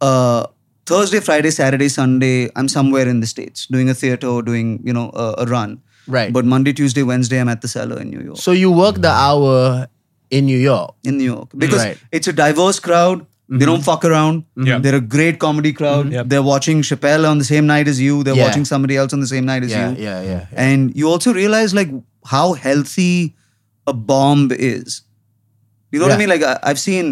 Speaker 5: Uh, Thursday, Friday, Saturday, Sunday, I'm somewhere in the states doing a theater, or doing you know a, a run.
Speaker 2: Right.
Speaker 5: But Monday, Tuesday, Wednesday, I'm at the cellar in New York.
Speaker 2: so you work the hour in New York.
Speaker 5: in New York because
Speaker 2: Right. Mm-hmm.
Speaker 5: it's a diverse crowd. They don't fuck around.
Speaker 4: Yeah.
Speaker 5: They're a great comedy crowd.
Speaker 4: Yep.
Speaker 5: They're watching Chappelle on the same night as you. They're
Speaker 2: Yeah.
Speaker 5: watching somebody else on the same night as
Speaker 2: Yeah,
Speaker 5: you.
Speaker 2: yeah, yeah. yeah.
Speaker 5: And you also realize like how healthy a bomb is. You know what I
Speaker 2: Yeah.
Speaker 5: mean? Like I, I've seen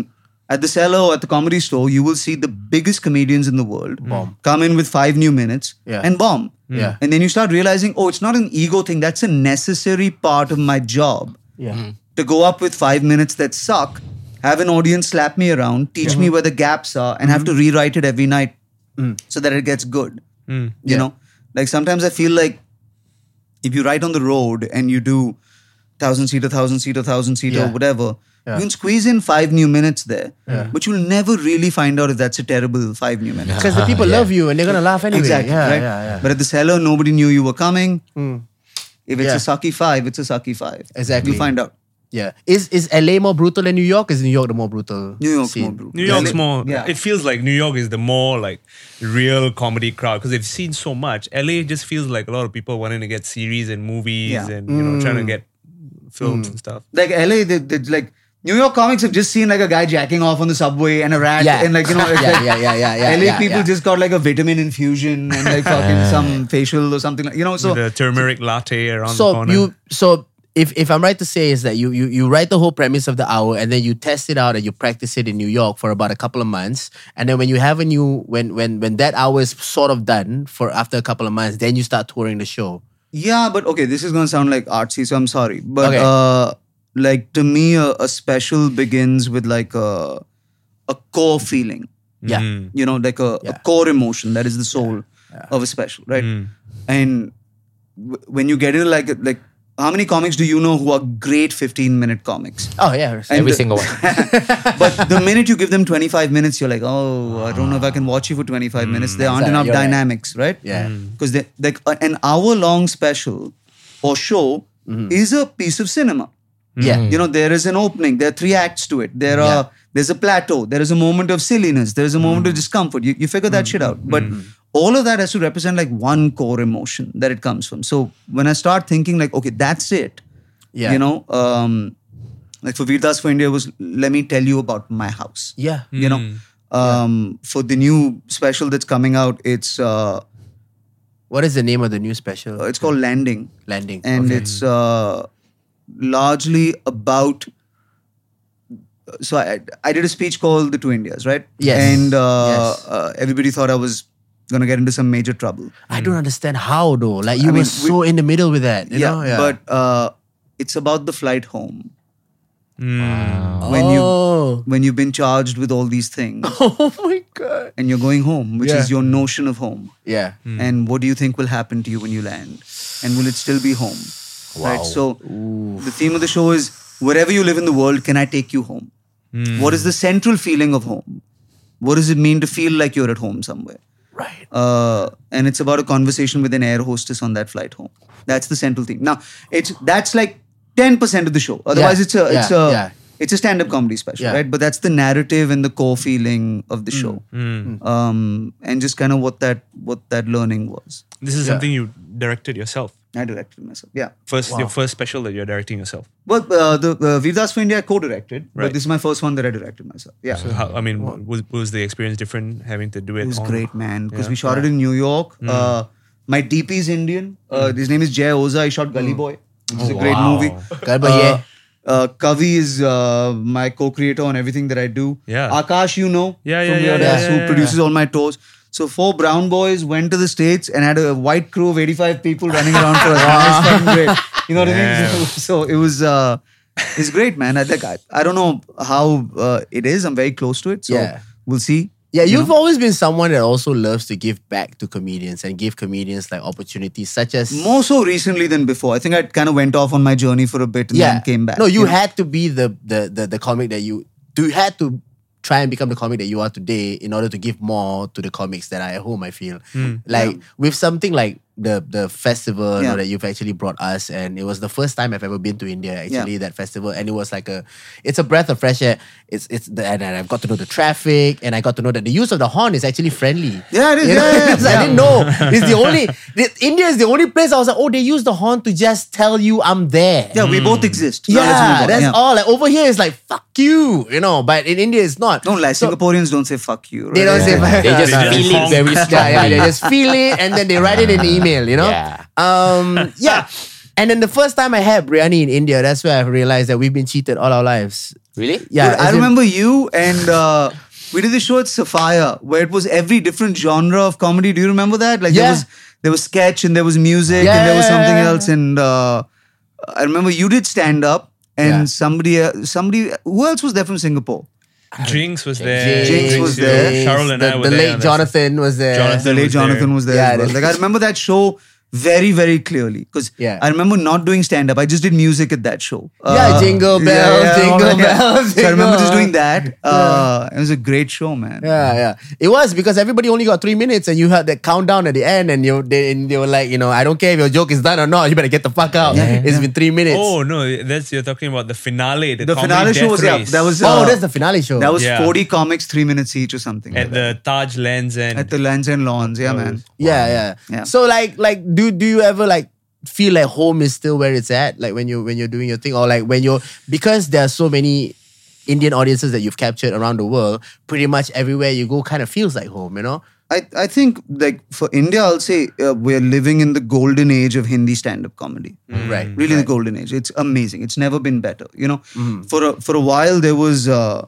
Speaker 5: at the cellar or at the comedy store, you will see the biggest comedians in the world
Speaker 2: Mm-hmm. Bomb.
Speaker 5: come in with five new minutes
Speaker 2: Yeah.
Speaker 5: and bomb.
Speaker 2: Yeah.
Speaker 5: And then you start realizing, oh, it's not an ego thing. That's a necessary part of my job
Speaker 2: Yeah.
Speaker 5: to go up with five minutes that suck, have an audience slap me around, teach
Speaker 2: Mm-hmm.
Speaker 5: me where the gaps are, and have to rewrite it every night
Speaker 2: Mm.
Speaker 5: so that it gets good. You know, like sometimes I feel like if you write on the road and you do thousand seater, thousand seater, thousand seater,
Speaker 2: Yeah.
Speaker 5: whatever,
Speaker 2: Yeah.
Speaker 5: you can squeeze in five new minutes there, but you'll never really find out if that's a terrible five new minutes.
Speaker 2: Because the people
Speaker 3: Yeah.
Speaker 2: love you and they're gonna laugh anyway.
Speaker 5: Exactly.
Speaker 2: Yeah,
Speaker 5: right?
Speaker 2: yeah, yeah. Mm.
Speaker 5: But at the cellar, nobody knew you were coming. If it's
Speaker 2: Yeah.
Speaker 5: a sucky five, it's a sucky five.
Speaker 2: Exactly.
Speaker 5: You'll find out.
Speaker 2: yeah. Is is LA more brutal than New York? Is New York the more brutal?
Speaker 5: New York's
Speaker 2: scene?
Speaker 5: more brutal.
Speaker 4: New York's more.
Speaker 5: Yeah.
Speaker 4: It feels like New York is the more like real comedy crowd because they've seen so much. LA just feels like a lot of people wanting to get series and movies
Speaker 5: Yeah. Mm.
Speaker 4: and you know trying to get films and stuff.
Speaker 5: like LA, they, they, like New York comics have just seen like a guy jacking off on the subway and a rat,
Speaker 2: Yeah.
Speaker 5: and like you know, it's
Speaker 2: Yeah,
Speaker 5: like,
Speaker 2: yeah, yeah, yeah, yeah,
Speaker 5: LA
Speaker 2: yeah,
Speaker 5: people
Speaker 2: yeah.
Speaker 5: just got like a vitamin infusion and like fucking some facial or something, like, you know. So
Speaker 4: the turmeric latte around the
Speaker 2: so
Speaker 4: corner.
Speaker 2: you so if if I'm right to say is that you you you write the whole premise of the hour and then you test it out and you practice it in New York for about a couple of months and then when you have a new when when when that hour is sort of done for after a couple of months then you start touring the show.
Speaker 5: yeah, but okay, this is gonna sound like artsy, so I'm sorry, but
Speaker 2: Okay.
Speaker 5: uh, like to me, a, a special begins with like a a core feeling.
Speaker 2: Yeah.
Speaker 4: Mm. Hmm.
Speaker 5: you know, like a, a
Speaker 2: Yeah.
Speaker 5: core emotion that is the soul of a special, right? And w- when you get into like like how many comics do you know who are great 15 minute comics?
Speaker 2: Oh yeah.
Speaker 3: Every
Speaker 5: the-
Speaker 3: single one.
Speaker 5: But the minute you give them 25 minutes, you're like, oh, I don't know if I can watch you for 25 minutes. There aren't
Speaker 2: Mm, Exactly,
Speaker 5: enough
Speaker 2: you're right.
Speaker 5: dynamics, right?
Speaker 2: Yeah.
Speaker 5: Because they like a- an hour long special or show is a piece of cinema.
Speaker 2: Mm-hmm. Yeah.
Speaker 5: You know, there is an opening. There are three acts to it. There
Speaker 2: Yeah.
Speaker 5: are there's a plateau. There is a moment of silliness. There is a moment of discomfort. You, you figure that shit out. But all of that has to represent like one core emotion that it comes from. So when I start thinking like, okay, that's it.
Speaker 2: Yeah.
Speaker 5: You know, um, like for Veerdas for India was let me tell you about my house.
Speaker 2: Yeah.
Speaker 5: You know,
Speaker 2: Hmm.
Speaker 5: um, for the new special that's coming out, it's uh,
Speaker 2: What is the name of the new special?
Speaker 5: it's called Landing.
Speaker 2: Landing.
Speaker 5: and it's uh, largely about so I, I did a speech called The Two Indias, right?
Speaker 2: Yes.
Speaker 5: And uh,
Speaker 2: Yes.
Speaker 5: uh, everybody thought I was going to get into some major trouble.
Speaker 2: I don't understand how though. Like you
Speaker 5: I
Speaker 2: were
Speaker 5: mean,
Speaker 2: so in the middle with that. You know? yeah.
Speaker 5: But uh, it's about the flight home.
Speaker 4: Hmm.
Speaker 5: When
Speaker 2: oh.
Speaker 5: you when you've been charged with all these things
Speaker 2: oh my god.
Speaker 5: and you're going home, which is
Speaker 2: Yeah.
Speaker 5: your notion of home.
Speaker 2: Yeah.
Speaker 5: And what do you think will happen to you when you land? And will it still be home? Right. So the theme of the show is wherever you live in the world, can I take you home? What is the central feeling of home? What does it mean to feel like you're at home somewhere?
Speaker 2: Right.
Speaker 5: uh, and it's about a conversation with an air hostess on that flight home. That's the central theme. Now, it's that's like ten percent of the show. Otherwise,
Speaker 2: Yeah,
Speaker 5: it's a it's
Speaker 2: yeah,
Speaker 5: a
Speaker 2: yeah.
Speaker 5: it's a stand-up comedy special,
Speaker 2: Yeah. Mm.
Speaker 5: right? But that's the narrative and the core feeling of the show, Um, and just kind of what that what that learning was.
Speaker 4: This is something you directed yourself.
Speaker 5: I directed myself. Yeah.
Speaker 4: First, your first special that you're directing yourself.
Speaker 5: Well, uh, the uh, Veerdas for India I co-directed, but
Speaker 4: Right.
Speaker 5: this is my first one that I directed myself. Yeah.
Speaker 4: So how, I mean, was, was the experience different having to do it?
Speaker 5: It was
Speaker 4: on-
Speaker 5: great, man. Because
Speaker 4: Yeah. Hmm.
Speaker 5: we shot it in New York. Uh, my DP is Indian. Uh, His name is Jay Oza. He shot
Speaker 4: Hmm.
Speaker 5: Gully Boy, which
Speaker 4: Oh,
Speaker 5: is a great movie.
Speaker 2: God, but yeah.
Speaker 5: uh, Kavi is uh, my co-creator on everything that I do.
Speaker 4: Yeah.
Speaker 5: Akash, you know,
Speaker 4: Yeah, yeah,
Speaker 5: from
Speaker 4: yeah,
Speaker 5: Weird
Speaker 4: yeah,
Speaker 5: Ass,
Speaker 4: yeah,
Speaker 5: who
Speaker 4: yeah.
Speaker 5: produces all my tours. So four brown boys went to the states and had a white crew of 85 people running around for us. That was fucking great. You know what I mean?
Speaker 4: Yeah.
Speaker 5: So, so it was. Uh, it's great, man. I, like, I, I don't know how uh, it is. I'm very close to it, so
Speaker 2: Yeah.
Speaker 5: we'll see.
Speaker 2: Yeah, you've always been someone that also loves to give back to comedians and give comedians like opportunities such as
Speaker 5: More so recently than before. I think I kind of went off on my journey for a bit and
Speaker 2: yeah.
Speaker 5: then came back.
Speaker 2: No, you
Speaker 5: know?
Speaker 2: had to be the the the, the comic that you do you had to try and become the comic that you are today in order to give more to the comics that are at home, I feel. Like with something like the the festival you know,
Speaker 5: Yeah.
Speaker 2: that you've actually brought us and it was the first time I've ever been to India actually that festival and it was like a it's a breath of fresh air. It's it's the, and I've got to know the traffic and I got to know that the use of the horn is actually friendly.
Speaker 5: Yeah, it is.
Speaker 2: You know,
Speaker 5: Yeah, yeah, yeah.
Speaker 2: because I
Speaker 5: Yeah.
Speaker 2: didn't know. It's the only the, India is the only place I was like, oh, they use the horn to just tell you I'm there.
Speaker 5: Yeah, we both exist. Now let's move
Speaker 2: Yeah,
Speaker 5: on.
Speaker 2: that's
Speaker 5: Yeah.
Speaker 2: all. Like over here, it's like fuck you, you know. But in India, it's not.
Speaker 5: No, like
Speaker 2: So-
Speaker 5: Singaporeans don't say fuck you. Right?
Speaker 2: They don't say fuck
Speaker 3: They just
Speaker 4: Yeah.
Speaker 3: feel it very strongly.
Speaker 2: yeah, yeah, they just feel it and then they write it in the email, you know?
Speaker 3: Yeah.
Speaker 2: Um, yeah. And then the first time I had biryani in India, that's where I realized that we've been cheated all our lives.
Speaker 3: Really?
Speaker 2: Yeah,
Speaker 5: Dude, I
Speaker 2: as in-
Speaker 5: remember you and uh, we did this show at Sapphire where it was every different genre of comedy. Do you remember that? Like there
Speaker 2: Yeah.
Speaker 5: was there was sketch and there was music
Speaker 2: Yeah,
Speaker 5: and there was
Speaker 2: yeah,
Speaker 5: something
Speaker 2: yeah,
Speaker 5: else. And uh, I remember you did stand up and
Speaker 2: Yeah.
Speaker 5: somebody uh, somebody who else was there from Singapore?
Speaker 4: Jinx was there.
Speaker 2: Jinx
Speaker 5: Jinx was
Speaker 2: was
Speaker 5: there.
Speaker 2: there.
Speaker 4: Charles and
Speaker 2: the,
Speaker 4: I were
Speaker 2: the
Speaker 4: there.
Speaker 2: late Jonathan was there.
Speaker 4: Jonathan.
Speaker 5: The late
Speaker 4: was there.
Speaker 5: Jonathan was there.
Speaker 2: Yeah,
Speaker 5: as well.
Speaker 2: the-
Speaker 5: Like I remember that show very very clearly because
Speaker 2: Yeah.
Speaker 5: I remember not doing stand up. I just did music at that show. Uh,
Speaker 2: Yeah, Jingle Bells, Jingle
Speaker 5: all of that.
Speaker 2: Bells,
Speaker 5: So I remember
Speaker 2: Jingle-
Speaker 5: just doing that. Uh, It was a great show, man.
Speaker 2: Yeah, yeah. It was because everybody only got three minutes, and you had that countdown at the end, and you they, and they were like, you know, I don't care if your joke is done or not, you better get the fuck out.
Speaker 5: Yeah,
Speaker 2: It's been three minutes.
Speaker 4: Oh no, that's you're talking about the finale. The,
Speaker 5: the
Speaker 4: comedy
Speaker 5: finale show
Speaker 4: death
Speaker 5: was yeah,
Speaker 4: race
Speaker 5: that was
Speaker 2: Oh,
Speaker 5: uh,
Speaker 2: that's the finale show.
Speaker 5: that was
Speaker 4: Yeah.
Speaker 5: 40 comics 3 minutes each or something
Speaker 4: at
Speaker 5: at,
Speaker 4: the Taj Lands and
Speaker 5: at the lands and lawns yeah man
Speaker 2: yeah, yeah,
Speaker 5: Yeah.
Speaker 2: So like, like, do do you ever like feel like home is still where it's at? Like when you when you're doing your thing, or like when you're because there are so many Indian audiences that you've captured around the world. Pretty much everywhere you go, kind of feels like home. You know?
Speaker 5: I, I think like for India I'll say uh, we're living in the golden age of Hindi stand up comedy
Speaker 2: Right. Mm-hmm.
Speaker 5: really the golden age it's amazing it's never been better you know for a, for a while there was uh,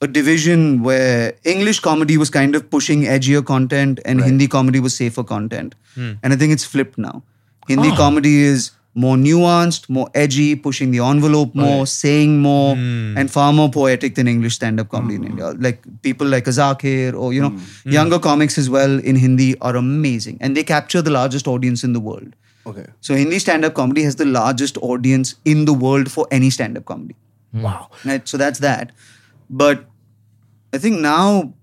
Speaker 5: a division where English comedy was kind of pushing edgier content and Hindi comedy was safer content.
Speaker 2: Hmm.
Speaker 5: And I think it's flipped now.
Speaker 2: Oh.
Speaker 5: Hindi comedy is more nuanced, more edgy, pushing the envelope more, saying more,
Speaker 2: Hmm.
Speaker 5: and far more poetic than English stand up comedy in India. Like people like Azakir or, you know,
Speaker 2: Hmm.
Speaker 5: younger comics as well in Hindi are amazing and they capture the largest audience in the world.
Speaker 2: Okay.
Speaker 5: So Hindi stand up comedy has the largest audience in the world for any stand up comedy.
Speaker 3: Mm.
Speaker 2: Wow.
Speaker 5: Right, so that's that. But I think now,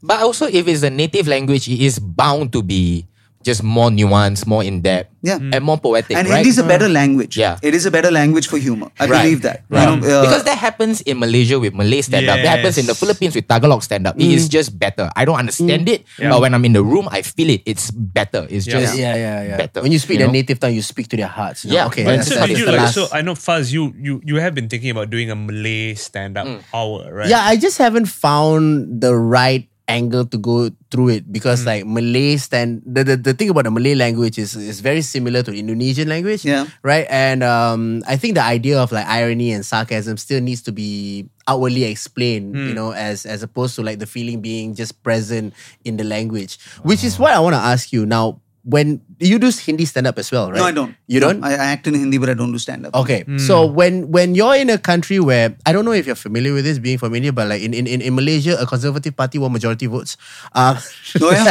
Speaker 3: But also, if it's a native language, it is bound to be just more nuanced, more in depth,
Speaker 5: Yeah.
Speaker 3: and more poetic.
Speaker 5: and
Speaker 3: right?
Speaker 5: Hindi is a better language.
Speaker 3: Yeah.
Speaker 5: it is a better language for humor. I
Speaker 3: Right.
Speaker 5: believe that. You
Speaker 3: Right.
Speaker 5: know, uh,
Speaker 3: because that happens in Malaysia with Malay stand up. That happens in the
Speaker 4: Yes.
Speaker 3: Philippines with Tagalog stand up. It is just better. I don't understand it, but when I'm in the room, I feel it. It's better. It's
Speaker 4: Yeah.
Speaker 3: just
Speaker 2: Yeah, yeah, yeah.
Speaker 3: better.
Speaker 2: When you speak
Speaker 3: you
Speaker 2: their
Speaker 3: know?
Speaker 2: native tongue, you speak to their hearts. you
Speaker 3: Yeah,
Speaker 2: know? Okay.
Speaker 3: but
Speaker 4: And
Speaker 2: that's-
Speaker 4: so,
Speaker 2: that
Speaker 4: did
Speaker 2: is
Speaker 4: you,
Speaker 2: the
Speaker 4: like,
Speaker 2: last-
Speaker 4: so I know Faz, you you you have been thinking about doing a Malay stand up hour, right?
Speaker 2: Yeah, I just haven't found the right angle to go through it because
Speaker 5: Hmm.
Speaker 2: like Malay stand the, the, the thing about the Malay language is is very similar to Indonesian language.
Speaker 5: Yeah.
Speaker 2: Right. And um I think the idea of like irony and sarcasm still needs to be outwardly explained,
Speaker 5: Hmm.
Speaker 2: you know, as as opposed to like the feeling being just present in the language. Which is what I want to ask you now. When you do Hindi stand up as well, right?
Speaker 5: No, I don't.
Speaker 2: You
Speaker 5: No,
Speaker 2: don't?
Speaker 5: I, I act in Hindi, but I don't do stand up.
Speaker 2: Okay. So when when you're in a country where I don't know if you're familiar with this being from India, but like in, in, in in Malaysia, a conservative party won majority votes. Uh,
Speaker 5: No, yeah.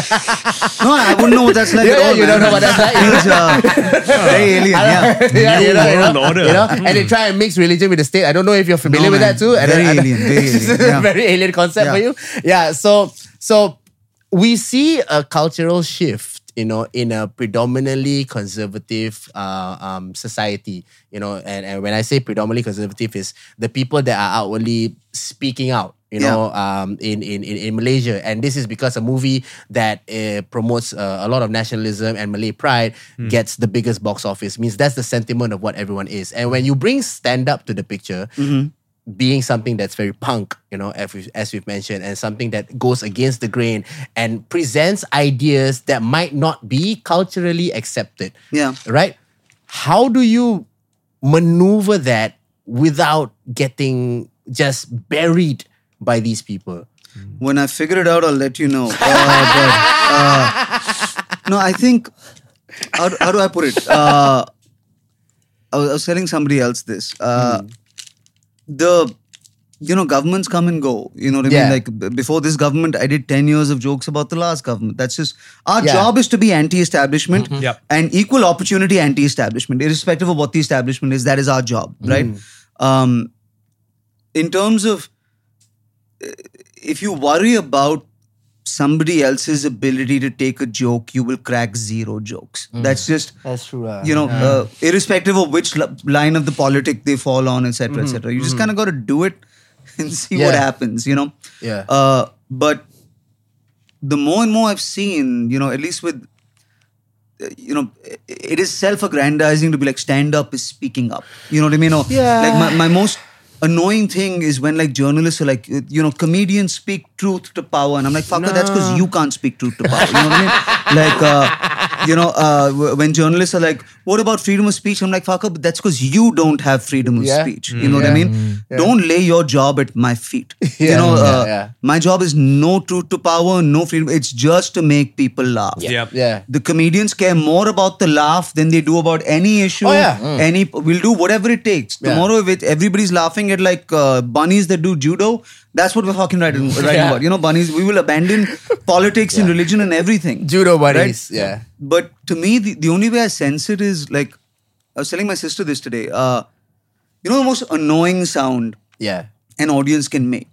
Speaker 5: no, I wouldn't know what that's like.
Speaker 2: Yeah,
Speaker 5: at all,
Speaker 2: yeah, you don't
Speaker 5: man.
Speaker 2: know what that's like.
Speaker 5: It's, uh, very alien. Yeah.
Speaker 2: yeah, you know, you
Speaker 4: world
Speaker 2: know,
Speaker 4: order.
Speaker 2: you know, and they try and mix religion with the state. I don't know if you're familiar
Speaker 5: No,
Speaker 2: with
Speaker 5: man.
Speaker 2: that too. And
Speaker 5: Very
Speaker 2: and-
Speaker 5: alien, very
Speaker 2: This is a
Speaker 5: alien, yeah.
Speaker 2: very alien concept for
Speaker 5: Yeah.
Speaker 2: you. Yeah. So so we see a cultural shift. You know, in a predominantly conservative uh, um, society, you know, and, and when I say predominantly conservative, is the people that are outwardly speaking out, you
Speaker 5: Yeah.
Speaker 2: know, um, in, in in in Malaysia, and this is because a movie that uh, promotes uh, a lot of nationalism and Malay pride gets the biggest box office. Means that's the sentiment of what everyone is, and when you bring stand up to the picture, being something that's very punk, you know, as we've, as we've mentioned, and something that goes against the grain and presents ideas that might not be culturally accepted.
Speaker 5: Yeah.
Speaker 2: Right? How do you maneuver that without getting just buried by these people?
Speaker 5: When I figure it out, I'll let you
Speaker 2: Oh,
Speaker 5: know. Uh, but, uh, no, I think. How, how do I put it? Uh, I, was, I was telling somebody else this. Uh,
Speaker 2: Hmm.
Speaker 5: The you know governments come and go. You know what I
Speaker 2: Yeah.
Speaker 5: mean? Like b- before this government, I did ten years of jokes about the last government. That's just our
Speaker 2: Yeah.
Speaker 5: job is to be anti-establishment
Speaker 4: Yep.
Speaker 5: and equal opportunity anti-establishment, irrespective of what the establishment is. That is our job, right? Um, in terms of if you worry about somebody else's ability to take a joke, you will crack zero jokes. That's just
Speaker 2: That's true.
Speaker 5: you know, uh, irrespective of which li- line of the politic they fall on, etc., etc. You just kind of got to do it and see what
Speaker 2: Yeah.
Speaker 5: happens. You know.
Speaker 2: Yeah.
Speaker 5: Uh, but the more and more I've seen, you know, at least with. uh, You know, i- it is self-aggrandizing to be like stand up is speaking up. You know what I mean? Or,
Speaker 2: Yeah.
Speaker 5: Like my, my most annoying thing is when like journalists are like, uh, you know, comedians speak truth to power, and I'm like, fucker, that's because you can't speak truth to power. You know what I mean? like, uh, you know, uh, w- when journalists are like, what about freedom of speech? I'm like, fucker, but that's because you don't have freedom of
Speaker 2: Yeah. Mm.
Speaker 5: speech. You know what I mean? Don't lay your job at my feet.
Speaker 2: Yeah.
Speaker 5: You know,
Speaker 2: Yeah,
Speaker 5: uh,
Speaker 2: yeah.
Speaker 5: my job is no truth to power, no freedom. It's just to make people laugh.
Speaker 4: Yep.
Speaker 2: yeah.
Speaker 5: The comedians care more about the laugh than they do about any issue.
Speaker 2: Oh, yeah.
Speaker 5: Any we'll do whatever it takes.
Speaker 2: Yeah.
Speaker 5: Tomorrow, if it, everybody's laughing at like uh, bunnies that do judo, that's what we're fucking writing, writing
Speaker 2: Yeah.
Speaker 5: about. You know, bunnies. We will abandon politics and religion and everything.
Speaker 2: Judo buddies. Yeah.
Speaker 5: But to me, the, the only way I sense it is like I was telling my sister this today. Uh, you know, the most annoying sound
Speaker 2: Yeah.
Speaker 5: an audience can make.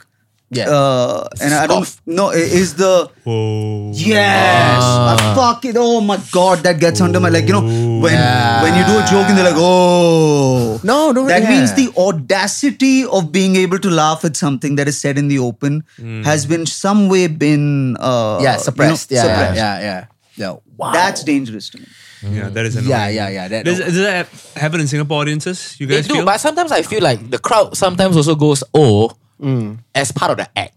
Speaker 2: Yeah.
Speaker 5: Uh, and I don't know is the
Speaker 4: Whoa.
Speaker 5: yes,
Speaker 2: Ah.
Speaker 5: I fuck it. Oh my god, that gets under my like you know when when you do a joke and they're like oh
Speaker 2: No, no,
Speaker 5: that
Speaker 2: yeah.
Speaker 5: means the audacity of being able to laugh at something that is said in the open has been some way been uh, you
Speaker 2: yeah.
Speaker 5: know,
Speaker 2: Suppressed. Yeah,
Speaker 5: suppressed.
Speaker 2: yeah. Yeah. Yeah. Yeah. Wow.
Speaker 5: That's dangerous to me.
Speaker 4: Yeah, that is annoying.
Speaker 2: Mm. yeah. Yeah. Yeah. That,
Speaker 4: Does, does that happen in Singapore audiences? You
Speaker 3: They
Speaker 4: guys
Speaker 3: do,
Speaker 4: feel?
Speaker 3: but sometimes I feel like the crowd sometimes also goes oh as part of the act.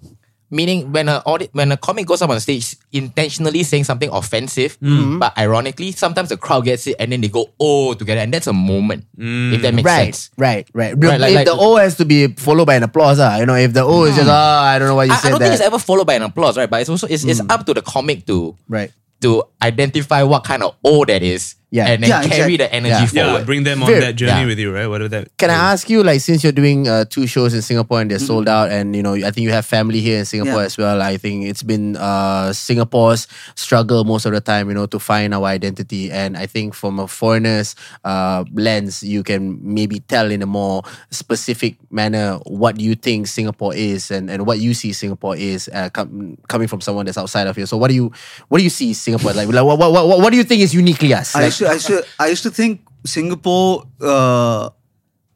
Speaker 3: Meaning when a audi- when a comic goes up on stage intentionally saying something offensive, but ironically, sometimes the crowd gets it and then they go oh together, and that's a moment. If that makes
Speaker 2: Mm. Right,
Speaker 3: sense.
Speaker 2: right, right.
Speaker 3: Right, like-
Speaker 2: if
Speaker 3: like- Hmm.
Speaker 2: the O has to be followed by an applause, ah, you know, if the O is just, ah, I don't know why
Speaker 3: I, I
Speaker 2: you said
Speaker 3: don't think
Speaker 2: that.
Speaker 3: it's ever followed by an applause, right? But it's also it's, it's up to the comic to
Speaker 2: right.
Speaker 3: to identify what kind of O that is,
Speaker 2: Yeah.
Speaker 3: and then
Speaker 5: Yeah,
Speaker 3: carry
Speaker 5: exact-
Speaker 3: the energy
Speaker 2: Yeah.
Speaker 4: yeah,
Speaker 3: forward.
Speaker 4: bring them on
Speaker 2: Fair.
Speaker 4: that journey
Speaker 3: Yeah.
Speaker 4: with you, right? Whatever that.
Speaker 2: Can I ask you, like, since you're doing uh, two shows in Singapore and they're sold out, and you know, I think you have family here in Singapore
Speaker 5: Yeah.
Speaker 2: as well. I think it's been uh, Singapore's struggle most of the time, you know, to find our identity. And I think from a foreigner's uh, lens, you can maybe tell in a more specific manner what you think Singapore is and, and what you see Singapore is uh, com- coming from someone that's outside of here. So what do you what do you see Singapore like? Like, what, what, what, what do you think is uniquely us?
Speaker 5: I
Speaker 2: Like,
Speaker 5: used to, I used to, I used to think Singapore, uh,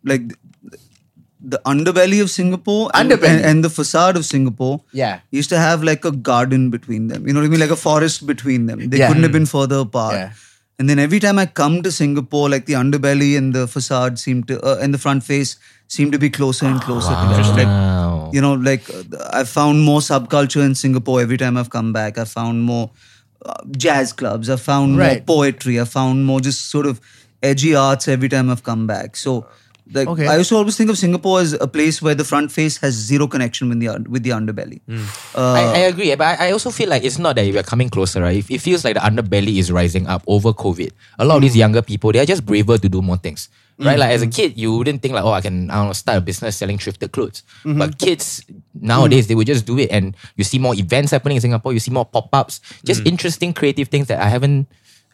Speaker 5: like th- the underbelly of Singapore, and,
Speaker 2: Underbelly.
Speaker 5: and, and the facade of Singapore,
Speaker 2: Yeah.
Speaker 5: used to have like a garden between them. You know what I mean? Like a forest between them. They
Speaker 2: Yeah. Hmm.
Speaker 5: couldn't have been further apart.
Speaker 2: Yeah.
Speaker 5: And then every time I come to Singapore, like the underbelly and the facade seem to, uh, and the front face seem to be closer and closer. to that. Like,
Speaker 3: Wow. Wow.
Speaker 5: you know like uh, i've found more subculture in singapore every time i've come back i've found more uh, jazz clubs i've found
Speaker 2: Right.
Speaker 5: more poetry i've found more just sort of edgy arts every time i've come back so like
Speaker 2: Okay.
Speaker 5: i used to always think of singapore as a place where the front face has zero connection with the un- with the underbelly
Speaker 2: Hmm.
Speaker 5: uh,
Speaker 3: I, I agree, but I, I also feel like it's not that we're coming closer, right? It, it feels like the underbelly is rising up over COVID. A lot of these younger people, they're just braver to do more things, right? Like as a kid, you wouldn't think like, oh, I can I don't know, start a business selling thrifted clothes. But kids nowadays, they would just do it, and you see more events happening in Singapore. You see more pop ups, just
Speaker 4: Mm.
Speaker 3: interesting creative things that I haven't,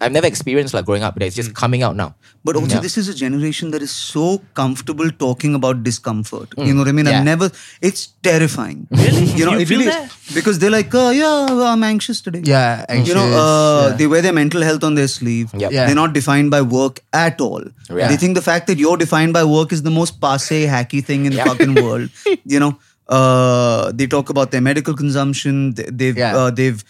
Speaker 3: I've never experienced like growing up. But it's
Speaker 4: Mm.
Speaker 3: just coming out now.
Speaker 5: But also,
Speaker 3: Yeah.
Speaker 5: this is a generation that is so comfortable talking about discomfort. You know what I mean?
Speaker 3: Yeah.
Speaker 5: I've never. It's terrifying.
Speaker 4: Really?
Speaker 5: You know,
Speaker 4: You
Speaker 5: it
Speaker 4: feel
Speaker 5: really is. because they're like, oh, yeah, I'm anxious today.
Speaker 2: Yeah,
Speaker 5: You know,
Speaker 2: anxious,
Speaker 5: uh,
Speaker 2: yeah.
Speaker 5: they wear their mental health on their sleeve.
Speaker 3: Yep.
Speaker 2: Yeah.
Speaker 5: They're not defined by work at all.
Speaker 3: Yeah.
Speaker 5: They think the fact that you're defined by work is the most passe, hacky thing in the fucking world. You know, uh, they talk about their medical consumption. They, they've
Speaker 2: Yeah.
Speaker 5: uh, they've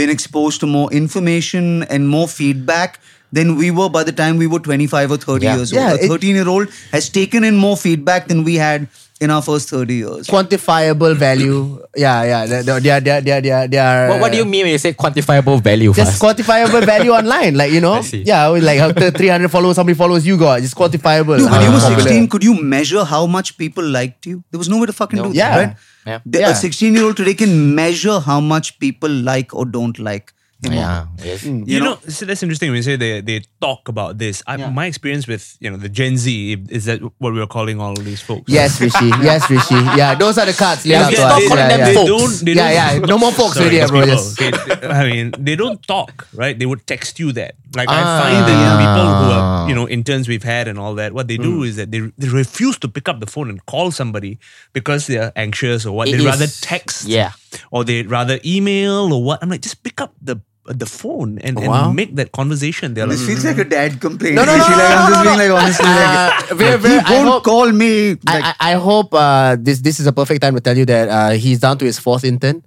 Speaker 5: been exposed to more information and more feedback than we were by the time we were 25 or 30
Speaker 3: Yeah.
Speaker 5: years old.
Speaker 2: Yeah,
Speaker 5: a
Speaker 2: it-
Speaker 5: 13 year old has taken in more feedback than we had in our first 30 years.
Speaker 2: quantifiable value. Yeah, yeah. They, they, they, are- they, are- they, are- they, are- they are.
Speaker 3: What, what do you mean when you say quantifiable value?
Speaker 2: Uh, Just
Speaker 3: for us?
Speaker 2: quantifiable value online, like you know,
Speaker 3: see.
Speaker 2: yeah, like how th- 300 followers, how many followers you got? Just quantifiable.
Speaker 5: Dude, when
Speaker 2: how
Speaker 5: you were
Speaker 2: popular.
Speaker 5: 16, could you measure how much people liked you? There was no way to fucking
Speaker 3: No.
Speaker 5: do
Speaker 2: Yeah.
Speaker 5: that, right?
Speaker 3: Yeah.
Speaker 5: The-
Speaker 2: Yeah.
Speaker 5: A 16 year old today can measure how much people like or don't like him. or her.
Speaker 3: yeah. yes.
Speaker 4: You,
Speaker 5: You
Speaker 4: know,
Speaker 5: know-
Speaker 4: so that's interesting when you say they, they talk about this. I, My experience with you know the Gen Z is that what we are calling all these folks.
Speaker 2: Yes, Rishi. Yes, Rishi. Yeah, those are the cards laid
Speaker 3: Yeah,
Speaker 2: out to
Speaker 3: stop
Speaker 2: us.
Speaker 3: calling
Speaker 2: Yeah,
Speaker 3: them
Speaker 2: yeah.
Speaker 3: folks.
Speaker 4: don't- they
Speaker 2: Yeah,
Speaker 4: don't-
Speaker 2: yeah. No more folks already,
Speaker 4: Sorry, those
Speaker 2: bro.
Speaker 4: people.
Speaker 2: Just-
Speaker 4: They- I mean, they don't talk, right? They would text you that. Like I
Speaker 3: Ah.
Speaker 4: find that people who are you know interns we've had and all that, what they
Speaker 2: Hmm.
Speaker 4: do is that they they refuse to pick up the phone and call somebody because they are anxious or what.
Speaker 3: It
Speaker 4: They
Speaker 3: is-
Speaker 4: rather text,
Speaker 3: Yeah.
Speaker 4: or they rather email or what. I'm like, just pick up the the phone and, and
Speaker 2: Wow.
Speaker 4: make that conversation. They're like,
Speaker 5: This feels like a dad complaint.
Speaker 2: Mm. No, no, no,
Speaker 5: Rishi.
Speaker 2: no,
Speaker 5: like,
Speaker 2: no,
Speaker 5: I'm just
Speaker 2: no,
Speaker 5: being
Speaker 2: no.
Speaker 5: like, honestly, like,
Speaker 2: Uh, very, very-
Speaker 5: he
Speaker 2: I hope-
Speaker 5: won't call me. Like,
Speaker 2: I, I, I hope uh, this this is a perfect time to tell you that uh, he's down to his fourth intern.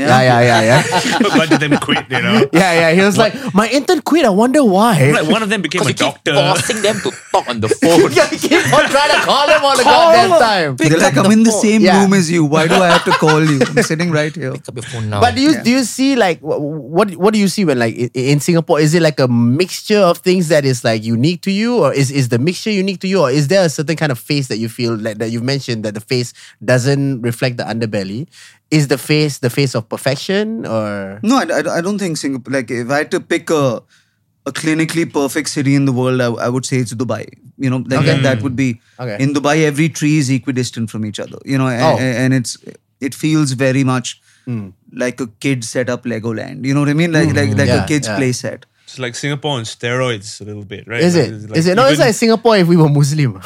Speaker 5: Yeah.
Speaker 2: Yeah, yeah, yeah, yeah.
Speaker 4: bunch of them quit, you know.
Speaker 2: yeah, yeah. He was like, my intern quit. I wonder why.
Speaker 4: Like one of them became
Speaker 3: Because
Speaker 4: a
Speaker 3: you keep
Speaker 4: doctor.
Speaker 3: forcing them to talk on the phone.
Speaker 2: yeah, he keep on trying to call him all the goddamn time.
Speaker 5: they're like, I'm in the same
Speaker 2: Yeah.
Speaker 5: room as you. Why do I have to call you? I'm sitting right here.
Speaker 3: Pick up your phone now.
Speaker 2: But do you
Speaker 5: Yeah.
Speaker 2: do you see like wh- what what do you see when like i- in Singapore is it like a mixture of things that is like unique to you or is is the mixture unique to you or is there a certain kind of face that you feel like that you've mentioned that the face doesn't reflect the underbelly is the face the face of perfection or
Speaker 5: No, I, I, I don't think Singapore. Like, if I had to pick a a clinically perfect city in the world, I, I would say it's Dubai. You know, like that, that would be
Speaker 2: Okay.
Speaker 5: in Dubai. Every tree is equidistant from each other. You know, and,
Speaker 2: Oh.
Speaker 5: and it's it feels very much like a kid set up Legoland. You know what I mean? Like like like
Speaker 2: Yeah,
Speaker 5: a kid's
Speaker 2: yeah.
Speaker 5: play set.
Speaker 4: It's like Singapore on steroids a little bit, right?
Speaker 2: is
Speaker 4: Like,
Speaker 2: it is
Speaker 4: like
Speaker 2: it no it's
Speaker 4: even-
Speaker 2: like Singapore if we were Muslim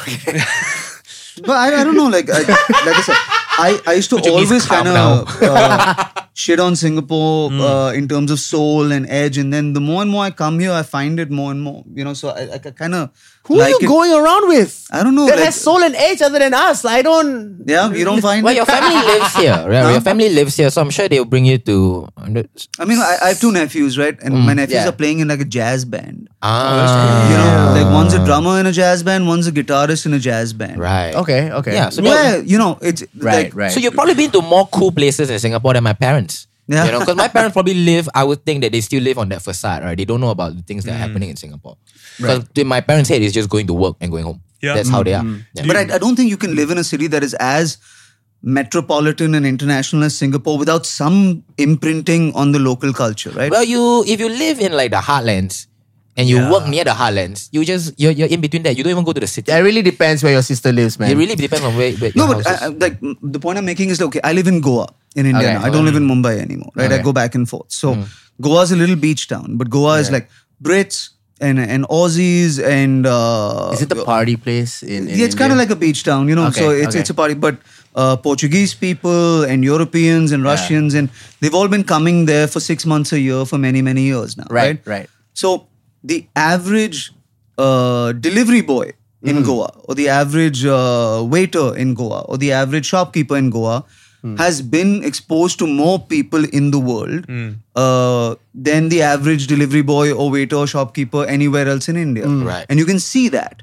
Speaker 5: But I, I don't know. Like I, like I said, I, I used to
Speaker 3: you means
Speaker 5: always
Speaker 3: calm Hmm.
Speaker 5: kind of uh, shit on Singapore uh, in terms of soul and edge, and then the more and more I come here, I find it more and more. You know, so I, I kind of
Speaker 2: who are you going around with
Speaker 5: I don't know.
Speaker 2: that
Speaker 5: like-
Speaker 2: has soul and age other than us I don't
Speaker 5: Yeah, you don't find.
Speaker 3: well,
Speaker 5: it?
Speaker 3: your family lives here, right? Your family lives here, so I'm sure they'll bring you to. uh,
Speaker 5: I mean, I, I have two nephews, right? And my nephews
Speaker 2: yeah.
Speaker 5: are playing in like a jazz band.
Speaker 3: Hmm. Ah,
Speaker 5: You know, like one's a drummer in a jazz band, one's a guitarist in a jazz band.
Speaker 3: right.
Speaker 2: okay okay
Speaker 3: Yeah. So, that-
Speaker 5: Yeah, you know, it's
Speaker 2: right
Speaker 5: like,
Speaker 2: right
Speaker 3: so you've probably been to more cool places in Singapore than my parents.
Speaker 5: Yeah.
Speaker 3: You know, because my parents probably live. I would think that they still live on that facade, right? They don't know about the things that are happening in Singapore. Because in my parents' head, it's just going to work and going home.
Speaker 4: Yeah.
Speaker 3: That's how they are. Yeah.
Speaker 5: But I, I don't think you can live in a city that is as metropolitan and international as Singapore without some imprinting on the local culture, right?
Speaker 3: Well, you if you live in like the heartlands and you work near the heartlands, you just you're, you're in between that. You don't even go to the city.
Speaker 2: it really depends where your sister lives man
Speaker 3: It really depends on where. where
Speaker 5: no,
Speaker 3: your
Speaker 5: but
Speaker 3: house is.
Speaker 5: I, I- like mm, the point I'm making is okay. I live in Goa in India
Speaker 2: Okay. Hmm.
Speaker 5: now. I don't live in Mumbai anymore, right? I go back and forth. So Goa's a little beach town, but Goa is like Brits and and Aussies and uh,
Speaker 2: is it the party place in, in
Speaker 5: yeah, it's kind of
Speaker 2: India?
Speaker 5: like a beach town, you know.
Speaker 2: Okay,
Speaker 5: so it's
Speaker 2: okay.
Speaker 5: it's a party, but uh, Portuguese people and Europeans and Russians and they've all been coming there for six months a year for many many years now,
Speaker 2: Right,
Speaker 5: right?
Speaker 2: right.
Speaker 5: So the average uh, delivery boy
Speaker 2: Hmm.
Speaker 5: in Goa, or the average uh, waiter in Goa, or the average shopkeeper in Goa
Speaker 2: Hmm.
Speaker 5: has been exposed to more people in the world
Speaker 2: Hmm.
Speaker 5: uh, than the average delivery boy or waiter or shopkeeper anywhere else in India.
Speaker 2: Hmm.
Speaker 3: Right.
Speaker 5: And you can see that.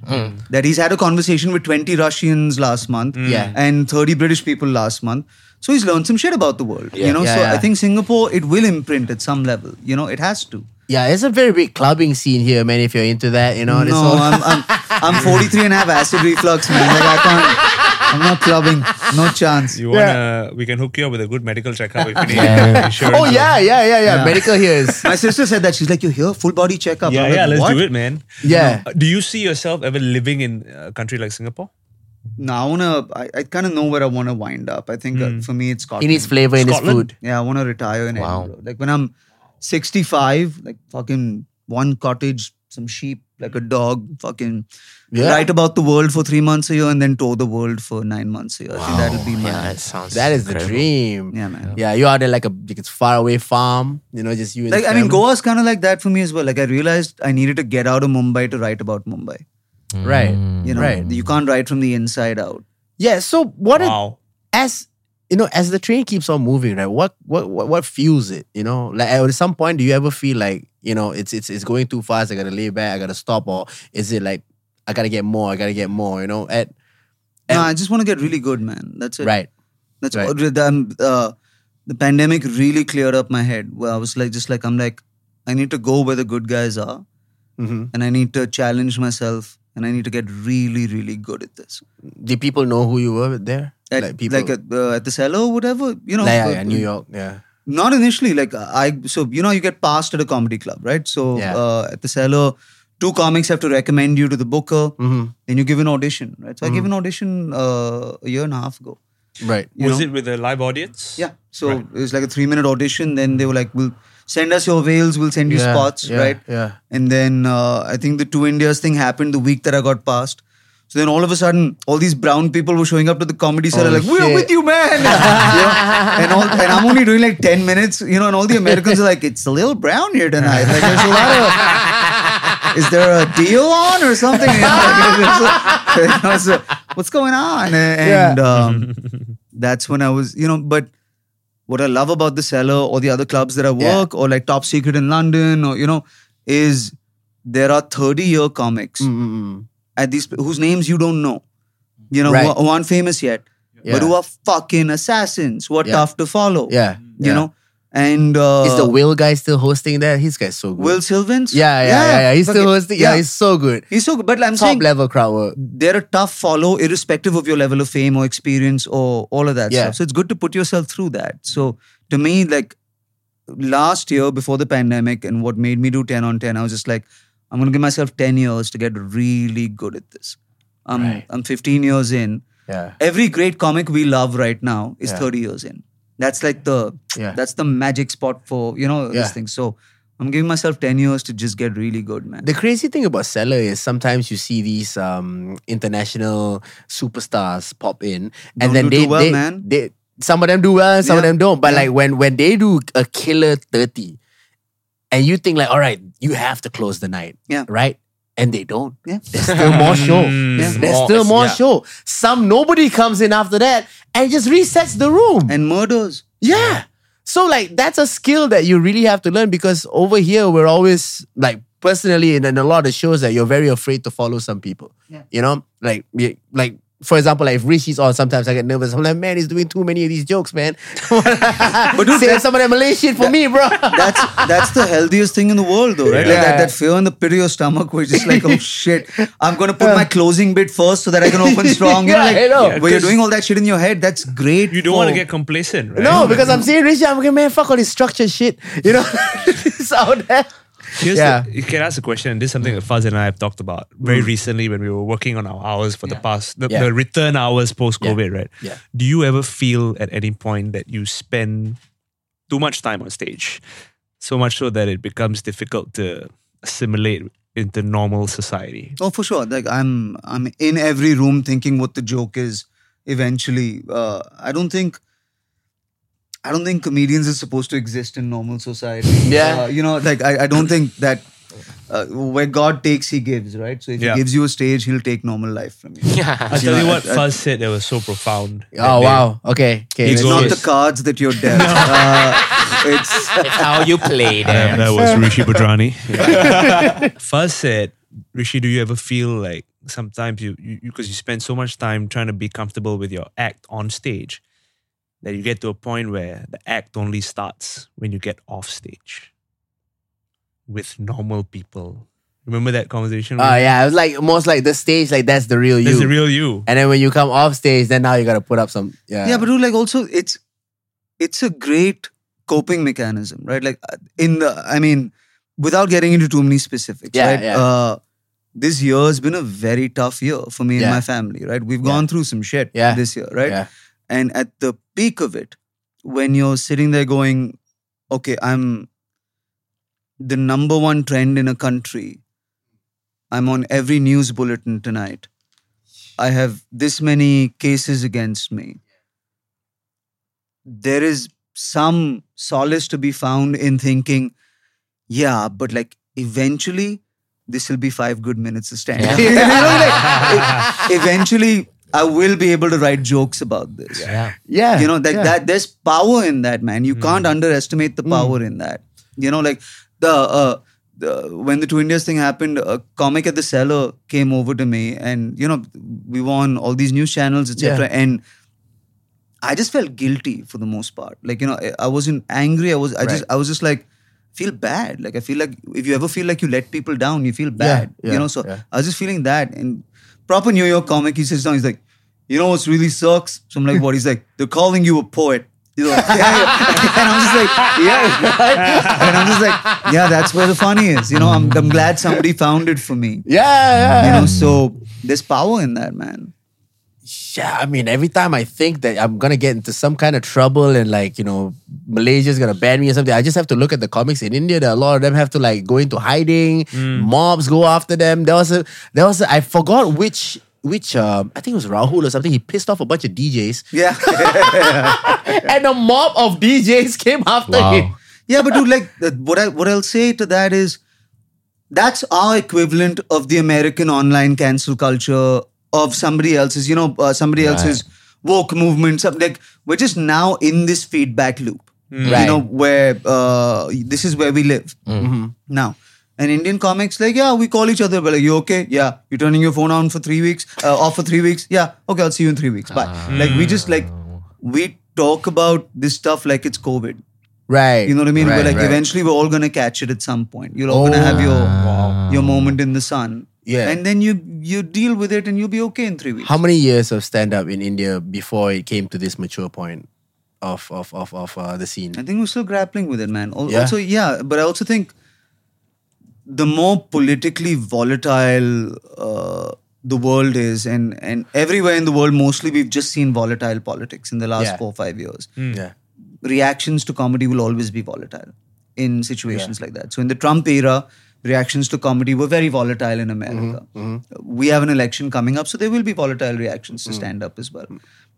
Speaker 5: That he's had a conversation with 20 Russians last month
Speaker 2: Yeah.
Speaker 5: and 30 British people last month. So he's learned some shit about the world. You know,
Speaker 2: Yeah,
Speaker 5: so I
Speaker 2: yeah.
Speaker 5: think Singapore, it will imprint at some level. You know, it has to.
Speaker 2: Yeah, it's a very big clubbing scene here, man. If you're into that, you know. and it's
Speaker 5: No,
Speaker 2: all-
Speaker 5: I'm, I'm, I'm 43 and have acid reflux, man. Like, I can't. I'm not clubbing. No chance.
Speaker 4: You wanna? We can hook you up with a good medical checkup if you need
Speaker 3: Yeah.
Speaker 4: insurance.
Speaker 2: oh yeah, yeah, yeah, yeah. Medical here is
Speaker 5: My sister said that. She's like, you here? Full body checkup.
Speaker 4: yeah,
Speaker 5: I'm like,
Speaker 4: yeah. Let's
Speaker 5: what?
Speaker 4: do it, man.
Speaker 2: yeah.
Speaker 4: Uh, Do you see yourself ever living in a country like Singapore?
Speaker 5: No, I wanna. I, I kind of know where I wanna wind up. I think
Speaker 4: Hmm.
Speaker 5: uh, for me, it's Scotland.
Speaker 2: It needs flavor in its
Speaker 4: Scotland?
Speaker 2: food.
Speaker 5: Yeah, I wanna retire in
Speaker 3: Wow.
Speaker 5: Edinburgh. Like when I'm 65, like fucking one cottage, some sheep, like a dog, fucking
Speaker 2: Yeah.
Speaker 5: write about the world for three months a year and then tour the world for nine months a year. I think that'll be my.
Speaker 3: Yeah, that sounds.
Speaker 2: That is the
Speaker 3: incredible.
Speaker 2: dream.
Speaker 5: Yeah, man.
Speaker 2: Yeah, you out there like a like it's faraway farm. You know, just you. And
Speaker 5: Like
Speaker 2: the
Speaker 5: I mean,
Speaker 2: family.
Speaker 5: Goa's kind of like that for me as well. Like I realized I needed to get out of Mumbai to write about Mumbai.
Speaker 2: Right.
Speaker 5: You know,
Speaker 2: Mm. Right.
Speaker 5: you can't write from the inside out.
Speaker 2: Yeah. So what? it-
Speaker 4: Wow.
Speaker 2: as you know, as the train keeps on moving, right? What what what, what fuels it? You know, like at some point, do you ever feel like you know it's it's it's going too fast? I gotta lay back. I gotta stop. Or is it like I gotta get more? I gotta get more. You know, at
Speaker 5: no,
Speaker 2: And-
Speaker 5: I just want to get really good, man. That's it.
Speaker 2: right.
Speaker 5: That's
Speaker 2: Right.
Speaker 5: what- um, uh, the pandemic really cleared up my head. Where I was like, just like I'm like, I need to go where the good guys are,
Speaker 2: Mhm.
Speaker 5: and I need to challenge myself, and I need to get really, really good at this.
Speaker 2: Did people know who you were there?
Speaker 5: At,
Speaker 2: like people,
Speaker 5: at, uh, at the cellar or whatever, you know.
Speaker 2: Like, yeah,
Speaker 5: uh,
Speaker 2: yeah, New York. Yeah.
Speaker 5: Not initially, like I. So you know, you get passed at a comedy club, right? So
Speaker 2: Yeah.
Speaker 5: uh, at the cellar, two comics have to recommend you to the booker.
Speaker 2: Hmm.
Speaker 5: Then you give an audition, right? So I gave an audition uh, a year and a half ago.
Speaker 2: Right.
Speaker 5: you
Speaker 4: was
Speaker 5: know?
Speaker 4: it with a live audience?
Speaker 5: Yeah. So it was like a three minute audition. Then they were like, we'll send us your veils, we'll send you
Speaker 2: Yeah,
Speaker 5: spots,
Speaker 2: yeah,
Speaker 5: right?
Speaker 2: yeah.
Speaker 5: And then uh, I think the two Indias thing happened the week that I got passed. So then all of a sudden, all these brown people were showing up to the comedy cellar,
Speaker 2: Oh,
Speaker 5: like, we're
Speaker 2: shit.
Speaker 5: with you, man. You know? and, all, and I'm only doing like 10 minutes, you know, and all the Americans are like, it's a little brown here tonight. Like, there's a lot of. Is there a deal on or something? You know, like, it's a- it's a- what's going on? And um, that's when I was, you know, but what I love about the cellar or the other clubs that I work or like Top Secret in London or you know is there are 30 year comics
Speaker 2: Mm. Mm-mm.
Speaker 5: at these whose names you don't know you know
Speaker 2: Right.
Speaker 5: who, are, who aren't famous yet
Speaker 2: Yeah.
Speaker 5: but who are fucking assassins who are
Speaker 2: Yeah.
Speaker 5: tough to follow
Speaker 2: Yeah.
Speaker 5: you know and uh,
Speaker 2: Is the Will guy still hosting that? His guy's so good.
Speaker 5: Will Sylvans
Speaker 2: Yeah, yeah, yeah, yeah. He's still
Speaker 5: Fucking-
Speaker 2: hosting. Yeah, he's so good.
Speaker 5: he's so good but I'm
Speaker 2: Top
Speaker 5: saying
Speaker 2: level crowd work.
Speaker 5: they're a tough follow irrespective of your level of fame or experience or all of that
Speaker 2: Yeah.
Speaker 5: stuff. So it's good to put yourself through that. So to me, like last year before the pandemic and what made me do 10 on 10, I was just like, I'm gonna give myself 10 years to get really good at this. I'm
Speaker 2: Right.
Speaker 5: I'm 15 years in.
Speaker 2: Yeah.
Speaker 5: Every great comic we love right now is
Speaker 2: Yeah.
Speaker 5: 30 years in. That's like the
Speaker 2: Yeah.
Speaker 5: that's the magic spot for, you know, this
Speaker 2: Yeah.
Speaker 5: thing. So I'm giving myself 10 years to just get really good, man.
Speaker 2: The crazy thing about seller is sometimes you see these um, international superstars pop in, and
Speaker 5: Don't
Speaker 2: then
Speaker 5: do
Speaker 2: they,
Speaker 5: too well,
Speaker 2: they,
Speaker 5: man.
Speaker 2: they some of them do well, some of
Speaker 5: Yeah,
Speaker 2: them don't. But
Speaker 5: yeah.
Speaker 2: like when when they do a killer thirty, and you think like, all right, you have to close the night,
Speaker 5: Yeah.
Speaker 2: right? And they don't.
Speaker 5: Yeah.
Speaker 2: There's still more show. There's
Speaker 3: More-
Speaker 2: still more
Speaker 3: yeah.
Speaker 2: show. Some nobody comes in after that and just resets the room.
Speaker 5: And murders.
Speaker 2: Yeah. So like that's a skill that you really have to learn because over here we're always like personally in, in a lot of shows that you're very afraid to follow some people.
Speaker 5: Yeah.
Speaker 2: You know, like we- like for example, like if Rishi's on, sometimes I get nervous. I'm like, man, he's doing too many of these jokes, man. but
Speaker 5: dude,
Speaker 2: Save
Speaker 5: that-
Speaker 2: some of that Malay shit for me, bro.
Speaker 5: that's that's the healthiest thing in the world, though, right? Like that, that fear in the pit of your stomach, where you're just like, oh shit, I'm gonna put my closing bit first so that I can open strong. You know,
Speaker 2: Yeah,
Speaker 5: like,
Speaker 2: I know.
Speaker 5: where you're doing all that shit in your head, that's great.
Speaker 4: You don't want to
Speaker 5: for-
Speaker 4: get complacent, right?
Speaker 2: no, because I'm seeing Rishi, I'm like, man, fuck all this structured shit. You know, it's out there.
Speaker 4: Here's
Speaker 2: Yeah. Mm.
Speaker 4: the, you can ask a question, and this is something that Faz and I have talked about very recently when we were working on our hours for the past the,
Speaker 2: Yeah.
Speaker 4: the return hours post COVID, right?
Speaker 2: Yeah.
Speaker 4: Do you ever feel at any point that you spend too much time on stage, so much so that it becomes difficult to assimilate into normal society?
Speaker 5: Oh, for sure. Like I'm, I'm in every room thinking what the joke is. Eventually, uh, I don't think. I don't think comedians is supposed to exist in normal society.
Speaker 2: Yeah.
Speaker 5: Uh, you know, like I, I don't think that uh, where God takes, He gives, right? So if
Speaker 4: Yeah.
Speaker 5: He gives you a stage, He'll take normal life from you.
Speaker 3: Mm.
Speaker 4: I
Speaker 5: You
Speaker 4: tell you
Speaker 5: know,
Speaker 4: what,
Speaker 5: I- I-
Speaker 4: Fuzz said that was so profound.
Speaker 2: Oh wow. Okay. Okay. let's
Speaker 4: It's
Speaker 5: Not
Speaker 2: see.
Speaker 5: the
Speaker 4: Yes.
Speaker 5: cards that you're dealt. uh, it's
Speaker 3: It's how you play them.
Speaker 4: that was Rishi Badrani. Fuzz said, Rishi, do you ever feel like sometimes you because you, 'cause you spend so much time trying to be comfortable with your act on stage that you get to a point where the act only starts when you get off stage with normal people. Remember that conversation?
Speaker 2: Oh
Speaker 3: Ah,
Speaker 2: yeah, it was like most like the stage, like that's the real you.
Speaker 4: That's the real you.
Speaker 2: and then when you come off stage, then now you gotta put up some. Yeah.
Speaker 5: yeah but dude, like also it's it's a great coping mechanism right like uh, in the i mean without getting into too many specifics
Speaker 2: Yeah,
Speaker 5: right
Speaker 2: yeah.
Speaker 5: uh this year has been a very tough year for me
Speaker 2: Yeah.
Speaker 5: and my family right we've gone through some shit
Speaker 2: Yeah.
Speaker 5: this year right
Speaker 2: Yeah.
Speaker 5: and at the peak of it when you're sitting there going okay i'm the number one trend in a country i'm on every news bulletin tonight i have this many cases against me there is some solace to be found in thinking yeah but like eventually this will be five good minutes of stand up eventually i will be able to write jokes about this
Speaker 3: Yeah.
Speaker 2: yeah.
Speaker 5: you know like
Speaker 2: yeah. Hmm.
Speaker 5: that there's power in that man you can't underestimate the power in that you know like the uh the, when the two indias thing happened a comic at the cellar came over to me and you know we were on all these news channels etc and i just felt guilty for the most part like you know I- i wasn't angry i was i just i was just like feel bad like i feel like if you ever feel like you let people down you feel bad
Speaker 2: yeah,
Speaker 5: you know so
Speaker 2: yeah.
Speaker 5: i was just feeling that and proper new york comic he sits down he's like you know what's really sucks so i'm like what he's like they're calling you a poet He's like, yeah, yeah. and i'm just like yeah right. and i'm just like yeah that's where the funny is you know i'm, I'm glad somebody found it for me
Speaker 2: Yeah, yeah,
Speaker 5: you
Speaker 2: yeah.
Speaker 5: know so there's power in that man
Speaker 2: Yeah, I mean, every time I think that I'm gonna get into some kind of trouble and like, you know, Malaysia's gonna ban me or something, I just have to look at the comics in India. That a lot of them have to like go into hiding,
Speaker 5: Mm.
Speaker 2: mobs go after them. There was a there was a, I forgot which which um, I think it was Rahul or something. He pissed off a bunch of DJs,
Speaker 5: yeah
Speaker 2: and a mob of DJs came after him.
Speaker 3: Wow.
Speaker 5: Yeah, but dude, like uh, what I what I'll say to that is that's our equivalent of the American online cancel culture of somebody else's, you know, uh, somebody else's woke movement. Some, like we're just now in this feedback loop,
Speaker 2: Right.
Speaker 5: you know, where uh, this is where we live now. And Indian comics, like, yeah, we call each other, but like, you okay? Yeah, you're turning your phone on for three weeks, uh, off for three weeks. Yeah, okay, I'll see you in three weeks. Bye. Like, we just like we talk about this stuff like it's COVID.
Speaker 2: Right.
Speaker 5: You know what I mean?
Speaker 2: Right,
Speaker 5: we're like
Speaker 2: right.
Speaker 5: eventually we're all gonna catch it at some point. You're all gonna have your your moment in the sun.
Speaker 2: Oh. Yeah.
Speaker 5: And then you you deal with it and you'll be okay in three weeks.
Speaker 2: How many years of stand up in India before it came to this mature point of of of, of uh, the scene?
Speaker 5: I think we're still grappling with it, man. Al-
Speaker 2: Yeah.
Speaker 5: Also, yeah, but I also think the more politically volatile uh, the world is, and and everywhere in the world, mostly we've just seen volatile politics in the last
Speaker 2: Yeah. Hmm.
Speaker 5: four or five years.
Speaker 2: Yeah.
Speaker 5: reactions to comedy will always be volatile in situations like that. So in the Trump era, reactions to comedy were very volatile in America.
Speaker 3: Mm-hmm,
Speaker 5: We have an election coming up, so there will be volatile reactions to
Speaker 3: Mm.
Speaker 5: stand up as well.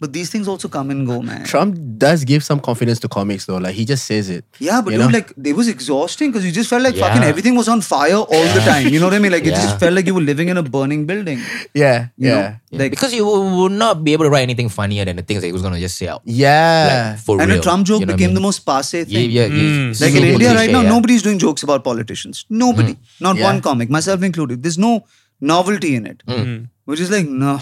Speaker 5: But these things also come and go, man.
Speaker 2: Trump does give some confidence to comics though. Like he just says it.
Speaker 5: Yeah, but
Speaker 2: you
Speaker 5: dude,
Speaker 2: know?
Speaker 5: like it was exhausting because you just felt like
Speaker 3: Yeah.
Speaker 5: fucking everything was on fire all the time. You know what I mean? Like it
Speaker 3: Yeah.
Speaker 5: just felt like you were living in a burning building.
Speaker 2: yeah,
Speaker 5: You
Speaker 2: yeah,
Speaker 5: know? Like
Speaker 3: because you will will not be able to write anything funnier than the things that he was gonna just say out.
Speaker 2: yeah.
Speaker 3: Like, for
Speaker 5: and
Speaker 3: real.
Speaker 5: a Trump joke
Speaker 3: you know what
Speaker 5: became
Speaker 3: I mean?
Speaker 5: the most passe thing.
Speaker 3: Yeah, yeah, yeah.
Speaker 5: Like in
Speaker 3: Super
Speaker 5: India right
Speaker 3: cliche,
Speaker 5: now,
Speaker 3: yeah.
Speaker 5: nobody's doing jokes about politicians. Nobody. Not
Speaker 2: Yeah.
Speaker 5: one comic, myself included. There's no novelty in it. Which is like, no.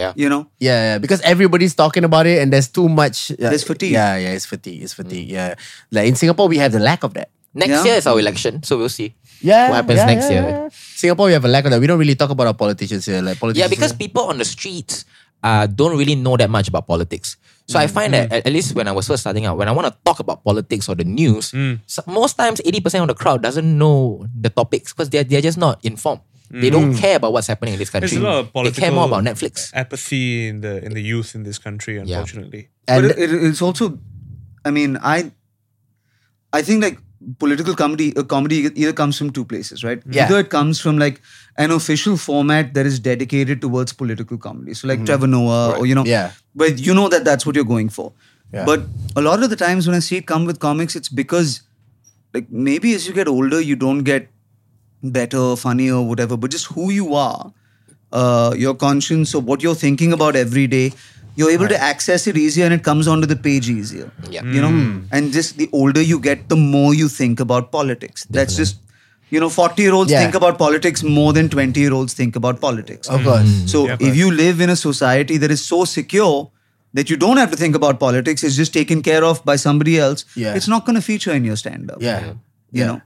Speaker 3: Yeah.
Speaker 5: You know?
Speaker 2: Yeah, yeah, because everybody's talking about it, and there's too much. Yeah,
Speaker 5: There's fatigue.
Speaker 2: Yeah, yeah, it's fatigue. It's fatigue. Yeah, like in Singapore, we have the lack of that.
Speaker 3: Next
Speaker 5: Yeah.
Speaker 3: year is our election, so we'll see.
Speaker 2: Yeah,
Speaker 3: What happens
Speaker 2: yeah,
Speaker 3: next
Speaker 2: yeah,
Speaker 3: year?
Speaker 2: yeah. Singapore, we have a lack of that. We don't really talk about our politicians here. Like politicians.
Speaker 3: Yeah, because people on the streets uh, don't really know that much about politics. So
Speaker 5: Mm,
Speaker 3: I find that at- at least when I was first starting out, when I want to talk about politics or the news,
Speaker 5: Mm.
Speaker 3: so- most times eighty percent of the crowd doesn't know the topics because they're they're just not informed. They
Speaker 5: Mm.
Speaker 3: don't care about what's happening in this country.
Speaker 4: There's a lot of
Speaker 3: they
Speaker 4: political
Speaker 3: care more about Netflix.
Speaker 4: apathy in the in the youth in this country, unfortunately.
Speaker 2: and
Speaker 5: but it, it- it's also, I mean, I, I think like political comedy, uh, comedy either comes from two places, right?
Speaker 2: Yeah.
Speaker 5: Either it comes from like an official format that is dedicated towards political comedy, so like Trevor Noah, or you know,
Speaker 2: Yeah.
Speaker 5: But you know that that's what you're going for.
Speaker 2: Yeah.
Speaker 5: But a lot of the times when I see it come with comics, it's because like maybe as you get older, you don't get better, funnier, whatever, but just who you are, uh, your conscience, or what you're thinking about every day, you're able to access it easier and it comes onto the page easier.
Speaker 3: Yeah.
Speaker 5: You know?
Speaker 2: Hmm.
Speaker 5: And just the older you get, the more you think about politics. That's just, you know, 40 year olds
Speaker 2: Yeah.
Speaker 5: think about politics more than 20 year olds think about politics.
Speaker 3: Mm-hmm.
Speaker 2: Of course.
Speaker 5: So if you live in a society that is so secure that you don't have to think about politics, it's just taken care of by somebody else,
Speaker 2: Yeah.
Speaker 5: it's not going to feature in your stand up.
Speaker 2: Yeah.
Speaker 5: You
Speaker 2: Yeah.
Speaker 5: know?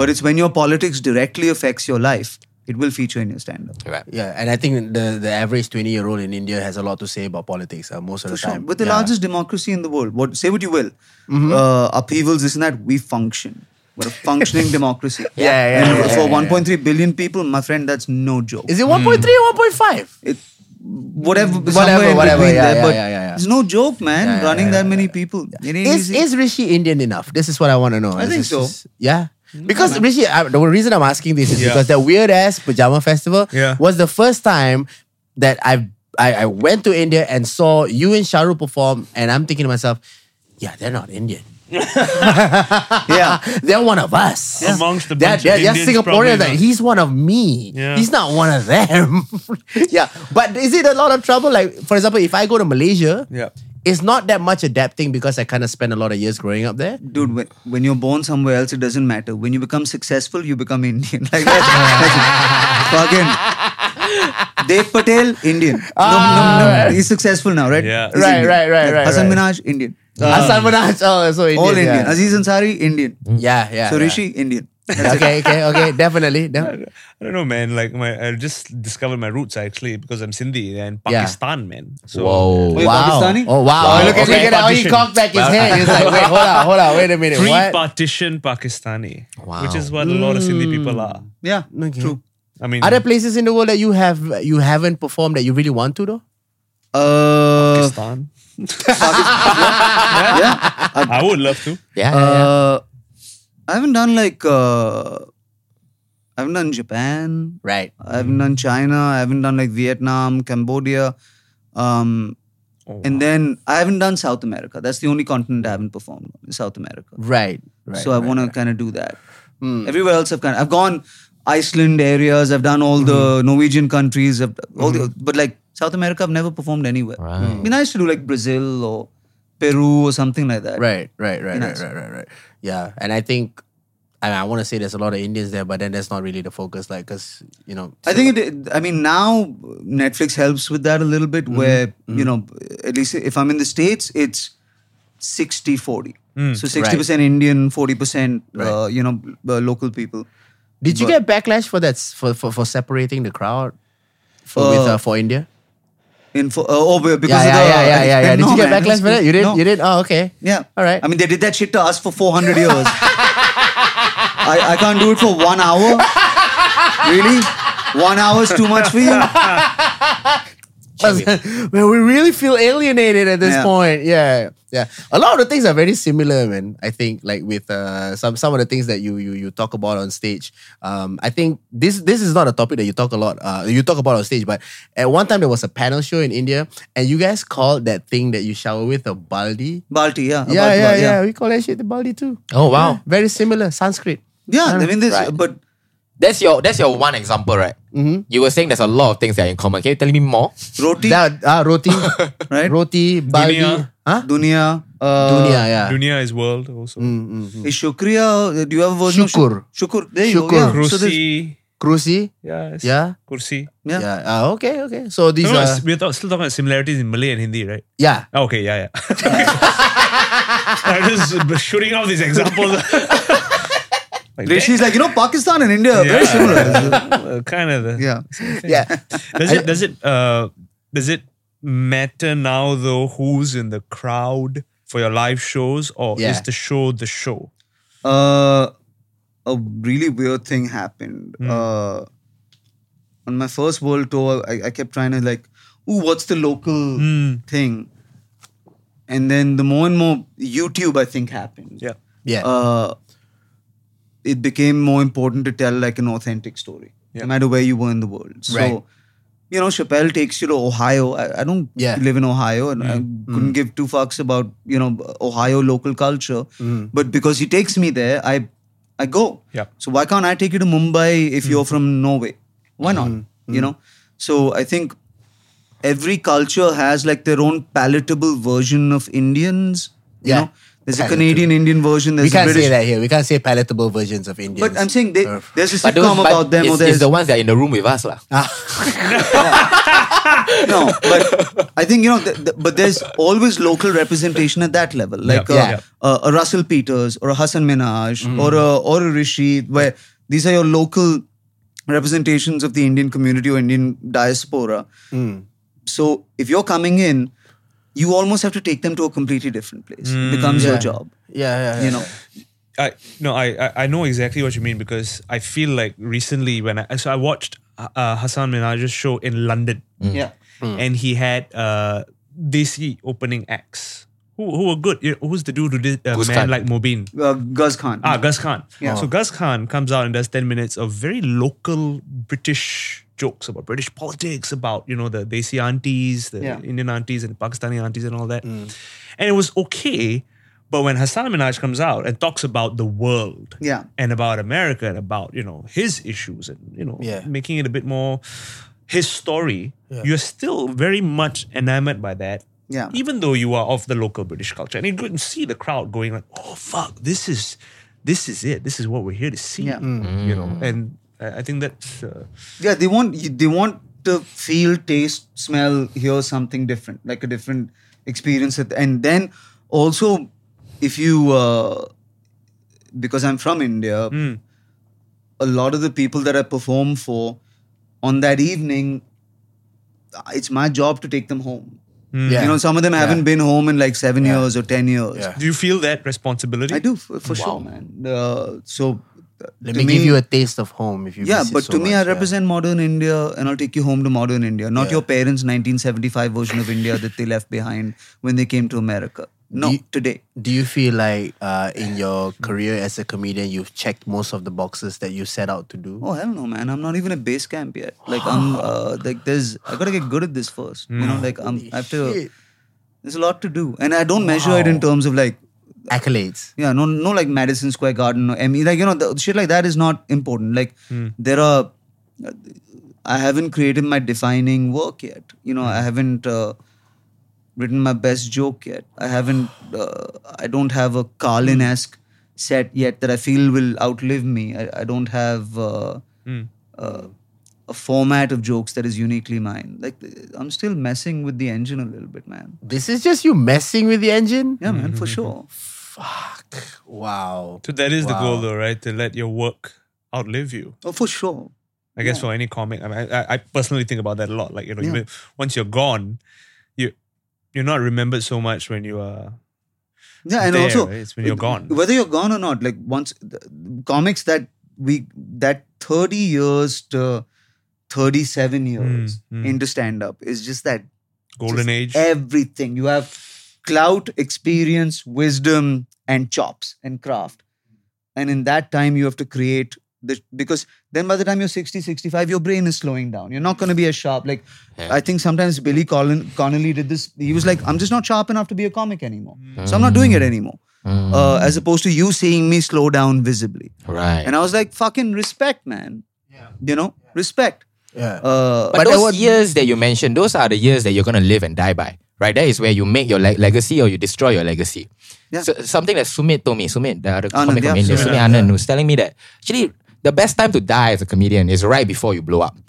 Speaker 5: But it's when your politics directly affects your life, it will feature in your stand up.
Speaker 3: Right.
Speaker 2: Yeah, and I think the, the average 20 year old in India has a lot to say about politics uh, most of
Speaker 5: For
Speaker 2: the
Speaker 5: sure.
Speaker 2: time.
Speaker 5: With the
Speaker 2: Yeah. Mm-hmm.
Speaker 5: largest democracy in the world, what say what you will, uh, upheavals, this and that, we function. We're a functioning democracy.
Speaker 2: Yeah, yeah,
Speaker 5: And
Speaker 2: yeah,
Speaker 5: for
Speaker 2: yeah,
Speaker 5: 1.3 billion people, my friend, that's no joke.
Speaker 2: Is it
Speaker 4: Hmm.
Speaker 2: 1.3 or 1.5?
Speaker 5: it, whatever,
Speaker 2: Whatever,
Speaker 5: somewhere in
Speaker 2: whatever,
Speaker 5: between
Speaker 2: yeah,
Speaker 5: there,
Speaker 2: yeah,
Speaker 5: but
Speaker 2: yeah, yeah, yeah.
Speaker 5: it's no joke, man.
Speaker 2: Yeah, yeah,
Speaker 5: running
Speaker 2: yeah,
Speaker 5: that
Speaker 2: yeah,
Speaker 5: many people, it ain't
Speaker 2: Is,
Speaker 5: easy.
Speaker 2: is Rishi Indian enough? This is what I want to know.
Speaker 5: I
Speaker 2: Is
Speaker 5: think
Speaker 2: this-
Speaker 5: so. Hmm.
Speaker 2: is- yeah. Because Rishi, I, the reason I'm asking this is
Speaker 4: Yeah.
Speaker 2: because that weird ass pajama festival
Speaker 4: Yeah.
Speaker 2: was the first time that I, I I went to India and saw you and Sharu perform, and I'm thinking to myself, yeah, they're not Indian.
Speaker 5: yeah,
Speaker 2: They're one of us.
Speaker 4: Yeah. Amongst the
Speaker 2: they're,
Speaker 4: bunch of
Speaker 2: they're, they're
Speaker 4: Indians, probably
Speaker 2: Singaporeans.
Speaker 4: not.
Speaker 2: Like, he's one of me.
Speaker 4: Yeah.
Speaker 2: He's not one of them. yeah. But is it a lot of trouble? Like, for example, if I go to Malaysia,
Speaker 4: Yeah.
Speaker 2: it's not that much adapting because I kind of spent a lot of years growing up there.
Speaker 5: dude. When, when you're born somewhere else, it doesn't matter. When you become successful, you become Indian. Like that's, that's fucking. Dev Patel, Indian. no, no, no. He's successful now, right?
Speaker 4: Yeah.
Speaker 5: He's
Speaker 2: Ah. Right,
Speaker 5: Indian.
Speaker 2: right, right, right,
Speaker 5: Hasan
Speaker 2: right.
Speaker 5: Minaj, Indian.
Speaker 4: Uh,
Speaker 2: Asal Manaj, oh, so Indian.
Speaker 5: All Indian.
Speaker 2: Yeah,
Speaker 5: Aziz Ansari, Indian.
Speaker 2: yeah. yeah
Speaker 5: so
Speaker 2: yeah.
Speaker 5: Rishi, Indian.
Speaker 2: okay, okay, okay. Definitely. def-
Speaker 4: I don't know, man. Like my, I just discovered my roots actually because I'm Sindhi and
Speaker 2: Yeah.
Speaker 4: Pakistan, man. So
Speaker 3: Whoa.
Speaker 5: Wait,
Speaker 2: wow.
Speaker 5: Pakistani?
Speaker 2: Oh, wow.
Speaker 3: Wow.
Speaker 2: Look at
Speaker 4: Okay.
Speaker 2: look at how he
Speaker 4: Partition.
Speaker 2: cocked back his head. He's like, wait, hold on, hold on, wait a minute. What?
Speaker 4: pre-partition Pakistani,
Speaker 3: Wow.
Speaker 4: which is what a lot of
Speaker 5: Hmm.
Speaker 4: Sindhi people are.
Speaker 5: Yeah,
Speaker 2: Hmm. Okay.
Speaker 5: true.
Speaker 4: I mean,
Speaker 2: Are there places in the world that you have you haven't performed that you really want to though?
Speaker 5: Uh,
Speaker 4: Pakistan.
Speaker 5: yeah.
Speaker 4: I would love to.
Speaker 3: Yeah. yeah, yeah.
Speaker 5: Uh, I haven't done like uh, I haven't done Japan.
Speaker 2: Right.
Speaker 5: I haven't done China. I haven't done like Vietnam, Cambodia, um, and then I haven't done South America. That's the only continent I haven't performed on, is South America.
Speaker 2: Right. Right. Hmm.
Speaker 5: so I want to kind of do that. Everywhere else I've kind of I've gone Iceland areas. I've done all
Speaker 2: Hmm.
Speaker 5: the Norwegian countries. I've, all the, but like South America, I've never performed anywhere.
Speaker 3: Right.
Speaker 5: It'd be nice to do like Brazil or Peru or something like that.
Speaker 2: Right, right, right, right,
Speaker 5: nice.
Speaker 2: right, right, right. Yeah, and I think, and I want to say there's a lot of Indians there, but then that's not really the focus, like, cause you know,
Speaker 5: I think it. I mean, now Netflix helps with that a little
Speaker 2: Mm-hmm.
Speaker 5: bit, where you know, at least if I'm in the states, it's 60-40.
Speaker 2: Mm.
Speaker 5: so sixty percent Indian, forty percent uh, you know uh, local people.
Speaker 2: Did you get backlash for that s- for for, for separating the crowd for with uh, for India?
Speaker 5: In for, uh, oh, because
Speaker 2: Yeah,
Speaker 5: of
Speaker 2: yeah,
Speaker 5: the,
Speaker 2: yeah, yeah, yeah, yeah. Did
Speaker 5: No,
Speaker 2: you get
Speaker 5: man,
Speaker 2: backlash
Speaker 5: it's-
Speaker 2: for that? You did,
Speaker 5: no.
Speaker 2: not you did. not Oh, okay.
Speaker 5: Yeah.
Speaker 2: All right.
Speaker 5: I mean, they did that shit to us for 400 years. I, I can't do it for one hour. Really? One hour is too much for you?
Speaker 2: well, we really feel alienated at this
Speaker 5: Yeah.
Speaker 2: point. Yeah, yeah. A lot of the things are very similar, man. I think like with uh, some some of the things that you you you talk about on stage. Um, I think this this is not a topic that you talk a lot. Uh, you talk about on stage, but at one time there was a panel show in India, and you guys called that thing that you shower with a baldi.
Speaker 5: Balti, yeah. a
Speaker 2: Yeah,
Speaker 5: Balti
Speaker 2: yeah,
Speaker 5: ball,
Speaker 2: yeah, We call that shit the baldi too.
Speaker 3: Oh, wow.
Speaker 2: Yeah, very similar Sanskrit.
Speaker 5: Yeah,
Speaker 2: Uh-huh.
Speaker 5: I mean, this,
Speaker 3: Right.
Speaker 5: but
Speaker 3: That's your that's your one example, right?
Speaker 2: Mm-hmm.
Speaker 3: You were saying there's a lot of things that are in common. Can you tell me more?
Speaker 5: roti,
Speaker 2: That ah roti,
Speaker 5: right?
Speaker 2: roti baldi,
Speaker 4: Dunia.
Speaker 2: huh? mm,
Speaker 5: Dunia. Uh,
Speaker 2: Dunia, yeah.
Speaker 4: Dunia Oh, is world also.
Speaker 5: Is shukriya, uh, do you have a version of
Speaker 2: Shukur.
Speaker 5: shuk- Shukur, there you
Speaker 2: Shukur.
Speaker 5: go. Yeah. So there's-
Speaker 4: Kursi,
Speaker 2: Krusi.
Speaker 4: yes.
Speaker 2: Yeah.
Speaker 4: Kursi.
Speaker 5: yeah.
Speaker 2: Yeah. Ah, okay. Okay. So these
Speaker 4: No, no,
Speaker 2: are
Speaker 4: it's- we're talk- still talking about similarities in Malay and Hindi, right?
Speaker 2: yeah.
Speaker 4: Oh, okay, yeah, yeah. I'm just shooting off these examples. like,
Speaker 5: Rishi's like, you know, Pakistan and India are
Speaker 4: yeah,
Speaker 5: very similar.
Speaker 4: uh, kind of. The,
Speaker 5: yeah.
Speaker 2: Yeah.
Speaker 4: Does it? Does it? Uh, does it matter now though? Who's in the crowd for your live shows, or
Speaker 2: Yeah.
Speaker 4: is the show the show?
Speaker 5: Uh, a really weird thing happened.
Speaker 4: Hmm.
Speaker 5: Uh, on my first world tour, I, I kept trying to like, ooh, what's the local
Speaker 4: Hmm.
Speaker 5: thing? And then the more and more YouTube, I think, happened.
Speaker 4: Yeah.
Speaker 2: Yeah.
Speaker 5: Uh, it became more important to tell like an authentic story,
Speaker 4: Yeah.
Speaker 5: no matter where you were in the world.
Speaker 2: Right.
Speaker 5: So, you know, Chappelle takes you to Ohio. I, I don't
Speaker 2: Yeah. Mm-hmm.
Speaker 5: live in Ohio, and I couldn't give
Speaker 2: Mm-hmm.
Speaker 5: two fucks about you know Ohio local culture. But because he takes me there, I I go.
Speaker 4: Yeah.
Speaker 5: So why can't I take you to Mumbai if
Speaker 2: Mm-hmm.
Speaker 5: you're from Norway? Why not? You know. So I think every culture has like their own palatable version of Indians. You
Speaker 2: Yeah.
Speaker 5: know, there's a
Speaker 2: Palatable.
Speaker 5: Canadian Indian version. There's
Speaker 2: We can't
Speaker 5: a British.
Speaker 2: say that here. We can't say palatable versions of Indians.
Speaker 5: But I'm saying they,
Speaker 2: Or-
Speaker 5: there's a
Speaker 3: But those-
Speaker 5: sitcom
Speaker 3: but
Speaker 5: about them, Ah,
Speaker 3: it's,
Speaker 5: or
Speaker 3: it's
Speaker 5: there's
Speaker 3: the ones that are in the room with us, lah.
Speaker 5: no, but I think you know. Th- th- but there's always local representation at that level, like
Speaker 4: Yeah.
Speaker 5: a,
Speaker 2: Yeah.
Speaker 5: a- a Russell Peters or a Hassan Minaj or a or a Rishi, where these are your local representations of the Indian community or Indian diaspora. So if you're coming in, you almost have to take them to a completely different place. It becomes your job,
Speaker 2: yeah, yeah, yeah.
Speaker 5: you know.
Speaker 4: I no, I, I I know exactly what you mean because I feel like recently when I so I watched uh, Hassan Minaj's show in London,
Speaker 5: Yeah.
Speaker 4: and he had uh Desi opening acts who who were good. You know, who's the dude who did uh,
Speaker 3: Gus
Speaker 4: Man
Speaker 3: Khan.
Speaker 4: Like Mobin?
Speaker 5: Uh, Gus Khan.
Speaker 4: Ah, Gus Khan.
Speaker 5: Yeah.
Speaker 4: So Gus Khan comes out and does ten minutes of very local British jokes about British politics, about you know the Desi aunties, the
Speaker 5: Yeah. Mm.
Speaker 4: Indian aunties, and Pakistani aunties, and all that. And it was okay. But when Hassan Minaj comes out and talks about the world,
Speaker 5: Yeah.
Speaker 4: and about America and about you know his issues and you know
Speaker 2: Yeah.
Speaker 4: making it a bit more his story. You're still very much enamored by that.
Speaker 5: Yeah.
Speaker 4: Even though you are of the local British culture, and you can see the crowd going like, "Oh fuck, this is, this is it. This is what we're here to see."
Speaker 5: Yeah.
Speaker 4: You know, and I I think that's uh,
Speaker 5: Yeah, they want you- they want to feel, taste, smell, hear something different, like a different experience, at- and then also if you uh, because I'm from India, a lot of the people that I perform for on that evening, it's my job to take them home.
Speaker 2: Yeah.
Speaker 5: You know, some of them haven't been home in like seven years or ten years.
Speaker 2: Yeah.
Speaker 4: do you feel that responsibility?
Speaker 5: I do for, for sure, man. Uh, so
Speaker 2: Let me give you a taste of home if you.
Speaker 5: yeah,
Speaker 2: visit
Speaker 5: but
Speaker 2: so
Speaker 5: to me,
Speaker 2: much,
Speaker 5: I
Speaker 2: yeah.
Speaker 5: represent modern India, and I'll take you home to modern India, not your parents' 1975 version of India that they left behind when they came to America. No,
Speaker 2: You-
Speaker 5: today.
Speaker 2: Do you feel like uh, in your career as a comedian, you've checked most of the boxes that you set out to do?
Speaker 5: Oh hell no, man! I'm not even at base camp yet. Like I'm, uh, like there's, I gotta get good at this first. You know, like I'm, I have to.
Speaker 2: Hmm. Shit.
Speaker 5: There's a lot to do, and I don't measure it in terms of like,
Speaker 2: Accolades.
Speaker 5: yeah, no, no, like Madison Square Garden or Emmy, like you know, the, shit like that is not important. Like
Speaker 4: Hmm.
Speaker 5: there are, I haven't created my defining work yet. You know,
Speaker 4: Hmm.
Speaker 5: I haven't. Uh, written my best joke yet. I haven't. Uh, I don't have a Carlin esque set yet that I feel will outlive me. I, I don't have uh,
Speaker 4: Hmm.
Speaker 5: uh, a format of jokes that is uniquely mine. Like I'm still messing with the engine a little bit, man.
Speaker 2: This is just you messing with the engine.
Speaker 5: Yeah, man, for sure.
Speaker 2: Fuck. Wow.
Speaker 4: So that is the goal,
Speaker 2: Wow.
Speaker 4: though, right? To let your work outlive you.
Speaker 5: Oh, for sure.
Speaker 4: I guess for any comic, I mean, I- I, I personally think about that a lot. Like you know, even once you're gone, you you're not remembered so much when you are
Speaker 5: Yeah, and
Speaker 4: there.
Speaker 5: also
Speaker 4: right? it's when you're gone.
Speaker 5: whether you're gone or not like once the, comics that we that 30 years to 37 years
Speaker 4: Mm, mm.
Speaker 5: into stand up is just that
Speaker 4: Golden
Speaker 5: just
Speaker 4: age.
Speaker 5: everything you have clout experience wisdom and chops and craft and in that time you have to create the because then by the time you're 60 65 your brain is slowing down you're not going to be as sharp like i think sometimes billy Colin, connolly did this he was like i'm just not sharp enough to be a comic anymore so i'm not doing it anymore
Speaker 3: Hmm.
Speaker 5: uh, as opposed to you seeing me slow down visibly
Speaker 3: Mm. Right.
Speaker 5: and i was like fucking respect man you know respect
Speaker 2: Yeah.
Speaker 5: uh,
Speaker 3: But, those years that you mentioned, those are the years that you're gonna live and die by, right? That is where you make your le- legacy or you destroy your legacy.
Speaker 5: Yeah.
Speaker 3: So, something that Sumit told me, Sumit, the other
Speaker 5: Anand,
Speaker 3: comic from
Speaker 5: yeah,
Speaker 3: India,
Speaker 5: Sumit,
Speaker 3: Sumit
Speaker 5: yeah.
Speaker 3: Anand, was telling me that actually the best time to die as a comedian is right before you blow up.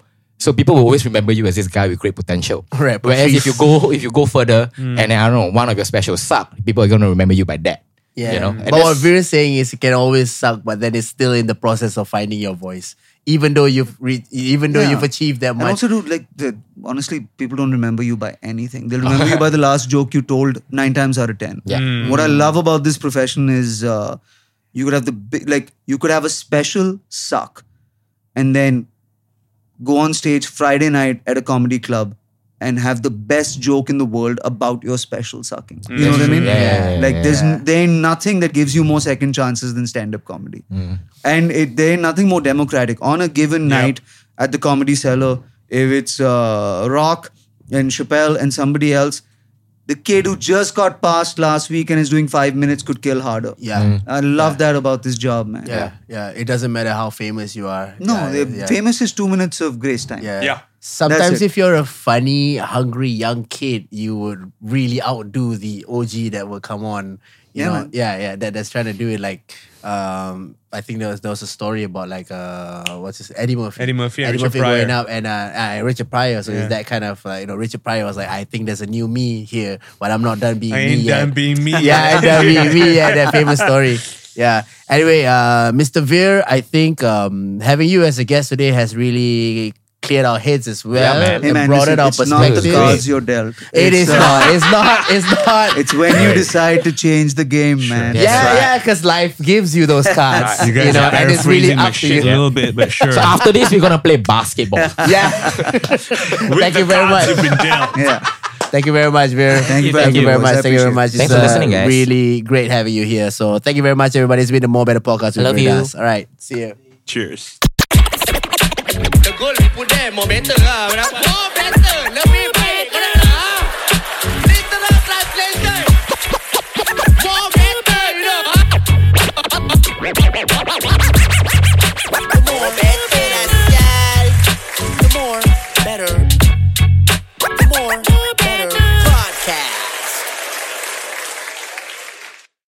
Speaker 3: So people will always remember you as this guy with great potential.
Speaker 2: Right, but
Speaker 3: Whereas if
Speaker 2: please.
Speaker 3: you go if you go further and then, I don't know, one of your specials suck, people are gonna remember you by that.
Speaker 2: Yeah.
Speaker 3: You know? And
Speaker 2: But what
Speaker 3: that's-
Speaker 2: Veer's saying is it can always suck, but then it's still in the process of finding your voice. Even though you've re- even though
Speaker 5: Yeah.
Speaker 2: you've achieved that
Speaker 5: And
Speaker 2: much.
Speaker 5: also, dude, like, the, honestly, people don't remember you by anything. They'll remember you by the last joke you told nine times out of ten.
Speaker 3: Yeah.
Speaker 5: What I love about this profession is uh, you could have the big, like, you could have a special suck and then go on stage Friday night at a comedy club and have the best joke in the world about your special sucking. You know what I mean?
Speaker 3: Yeah.
Speaker 5: Like, there's n- there ain't nothing that gives you more second chances than stand up comedy.
Speaker 2: Hmm.
Speaker 5: And it, there ain't nothing more democratic. On a given night at the comedy cellar, if it's uh, Rock and Chappelle and somebody else, The kid who just got passed last week and is doing five minutes could kill harder.
Speaker 2: Yeah.
Speaker 5: I love that about this job, man.
Speaker 2: Yeah, yeah. It doesn't matter how famous you are.
Speaker 5: No,
Speaker 2: yeah,
Speaker 5: the
Speaker 2: yeah,
Speaker 5: famous is two minutes of grace time.
Speaker 2: Yeah.
Speaker 4: Yeah.
Speaker 2: Sometimes
Speaker 5: That's it.
Speaker 2: if you're a funny, hungry young kid, you would really outdo the OG that will come on. You
Speaker 5: Yeah,
Speaker 2: know,
Speaker 5: man.
Speaker 2: yeah, yeah. That, that's trying to do it. Like, um, I think there was there was a story about like uh, what's his Eddie Murphy.
Speaker 4: Eddie Murphy and Richard
Speaker 2: going
Speaker 4: Pryor.
Speaker 2: up and uh, uh, Richard Pryor. So
Speaker 4: Yeah.
Speaker 2: it's that kind of uh, you know Richard Pryor was like, I think there's a new me here, but I'm not done being
Speaker 4: I
Speaker 2: me
Speaker 4: ain't
Speaker 2: yet.
Speaker 4: done being me.
Speaker 2: yeah, and that we, we yeah, that famous story. Yeah. Anyway, uh, Mr. Veer, I think um, having you as a guest today has really cleared our heads as well.
Speaker 3: Yeah, man.
Speaker 2: and
Speaker 5: Hey man,
Speaker 2: broadened
Speaker 5: listen,
Speaker 2: our
Speaker 5: it's not the
Speaker 2: perspective.
Speaker 5: cards you're dealt.
Speaker 2: It is
Speaker 5: uh,
Speaker 2: not. It's not. It's not.
Speaker 5: It's when you decide to change the game, man.
Speaker 3: That's
Speaker 2: yeah,
Speaker 3: right.
Speaker 2: yeah, because life gives you those cards.
Speaker 4: You guys
Speaker 2: you know,
Speaker 4: are
Speaker 2: and it's really
Speaker 4: paraphrasing
Speaker 2: up
Speaker 4: my
Speaker 2: to
Speaker 4: shit
Speaker 2: you.
Speaker 4: a little bit, but sure.
Speaker 3: So after this, we're gonna play basketball.
Speaker 2: Yeah. Thank you very much.
Speaker 4: You've been dealt.
Speaker 5: Yeah.
Speaker 2: Thank you very much, Veer.
Speaker 5: Thank you
Speaker 2: Thank you very much.
Speaker 5: much. I
Speaker 2: Thank you very
Speaker 5: appreciate it.
Speaker 2: much.
Speaker 3: Thanks
Speaker 2: It's,
Speaker 3: for
Speaker 2: uh,
Speaker 3: listening, guys.
Speaker 2: Really great having you here. So thank you very much, everybody. It's been the More Better podcast. with
Speaker 3: Love
Speaker 2: Veer
Speaker 3: you.
Speaker 2: Das. All right. See you.
Speaker 4: Cheers.
Speaker 1: The goal we put there more better ah, berapa? More better, lebih baik kerana ah, literal translation. More better, you know. ah. The more better I sell, the more better, the more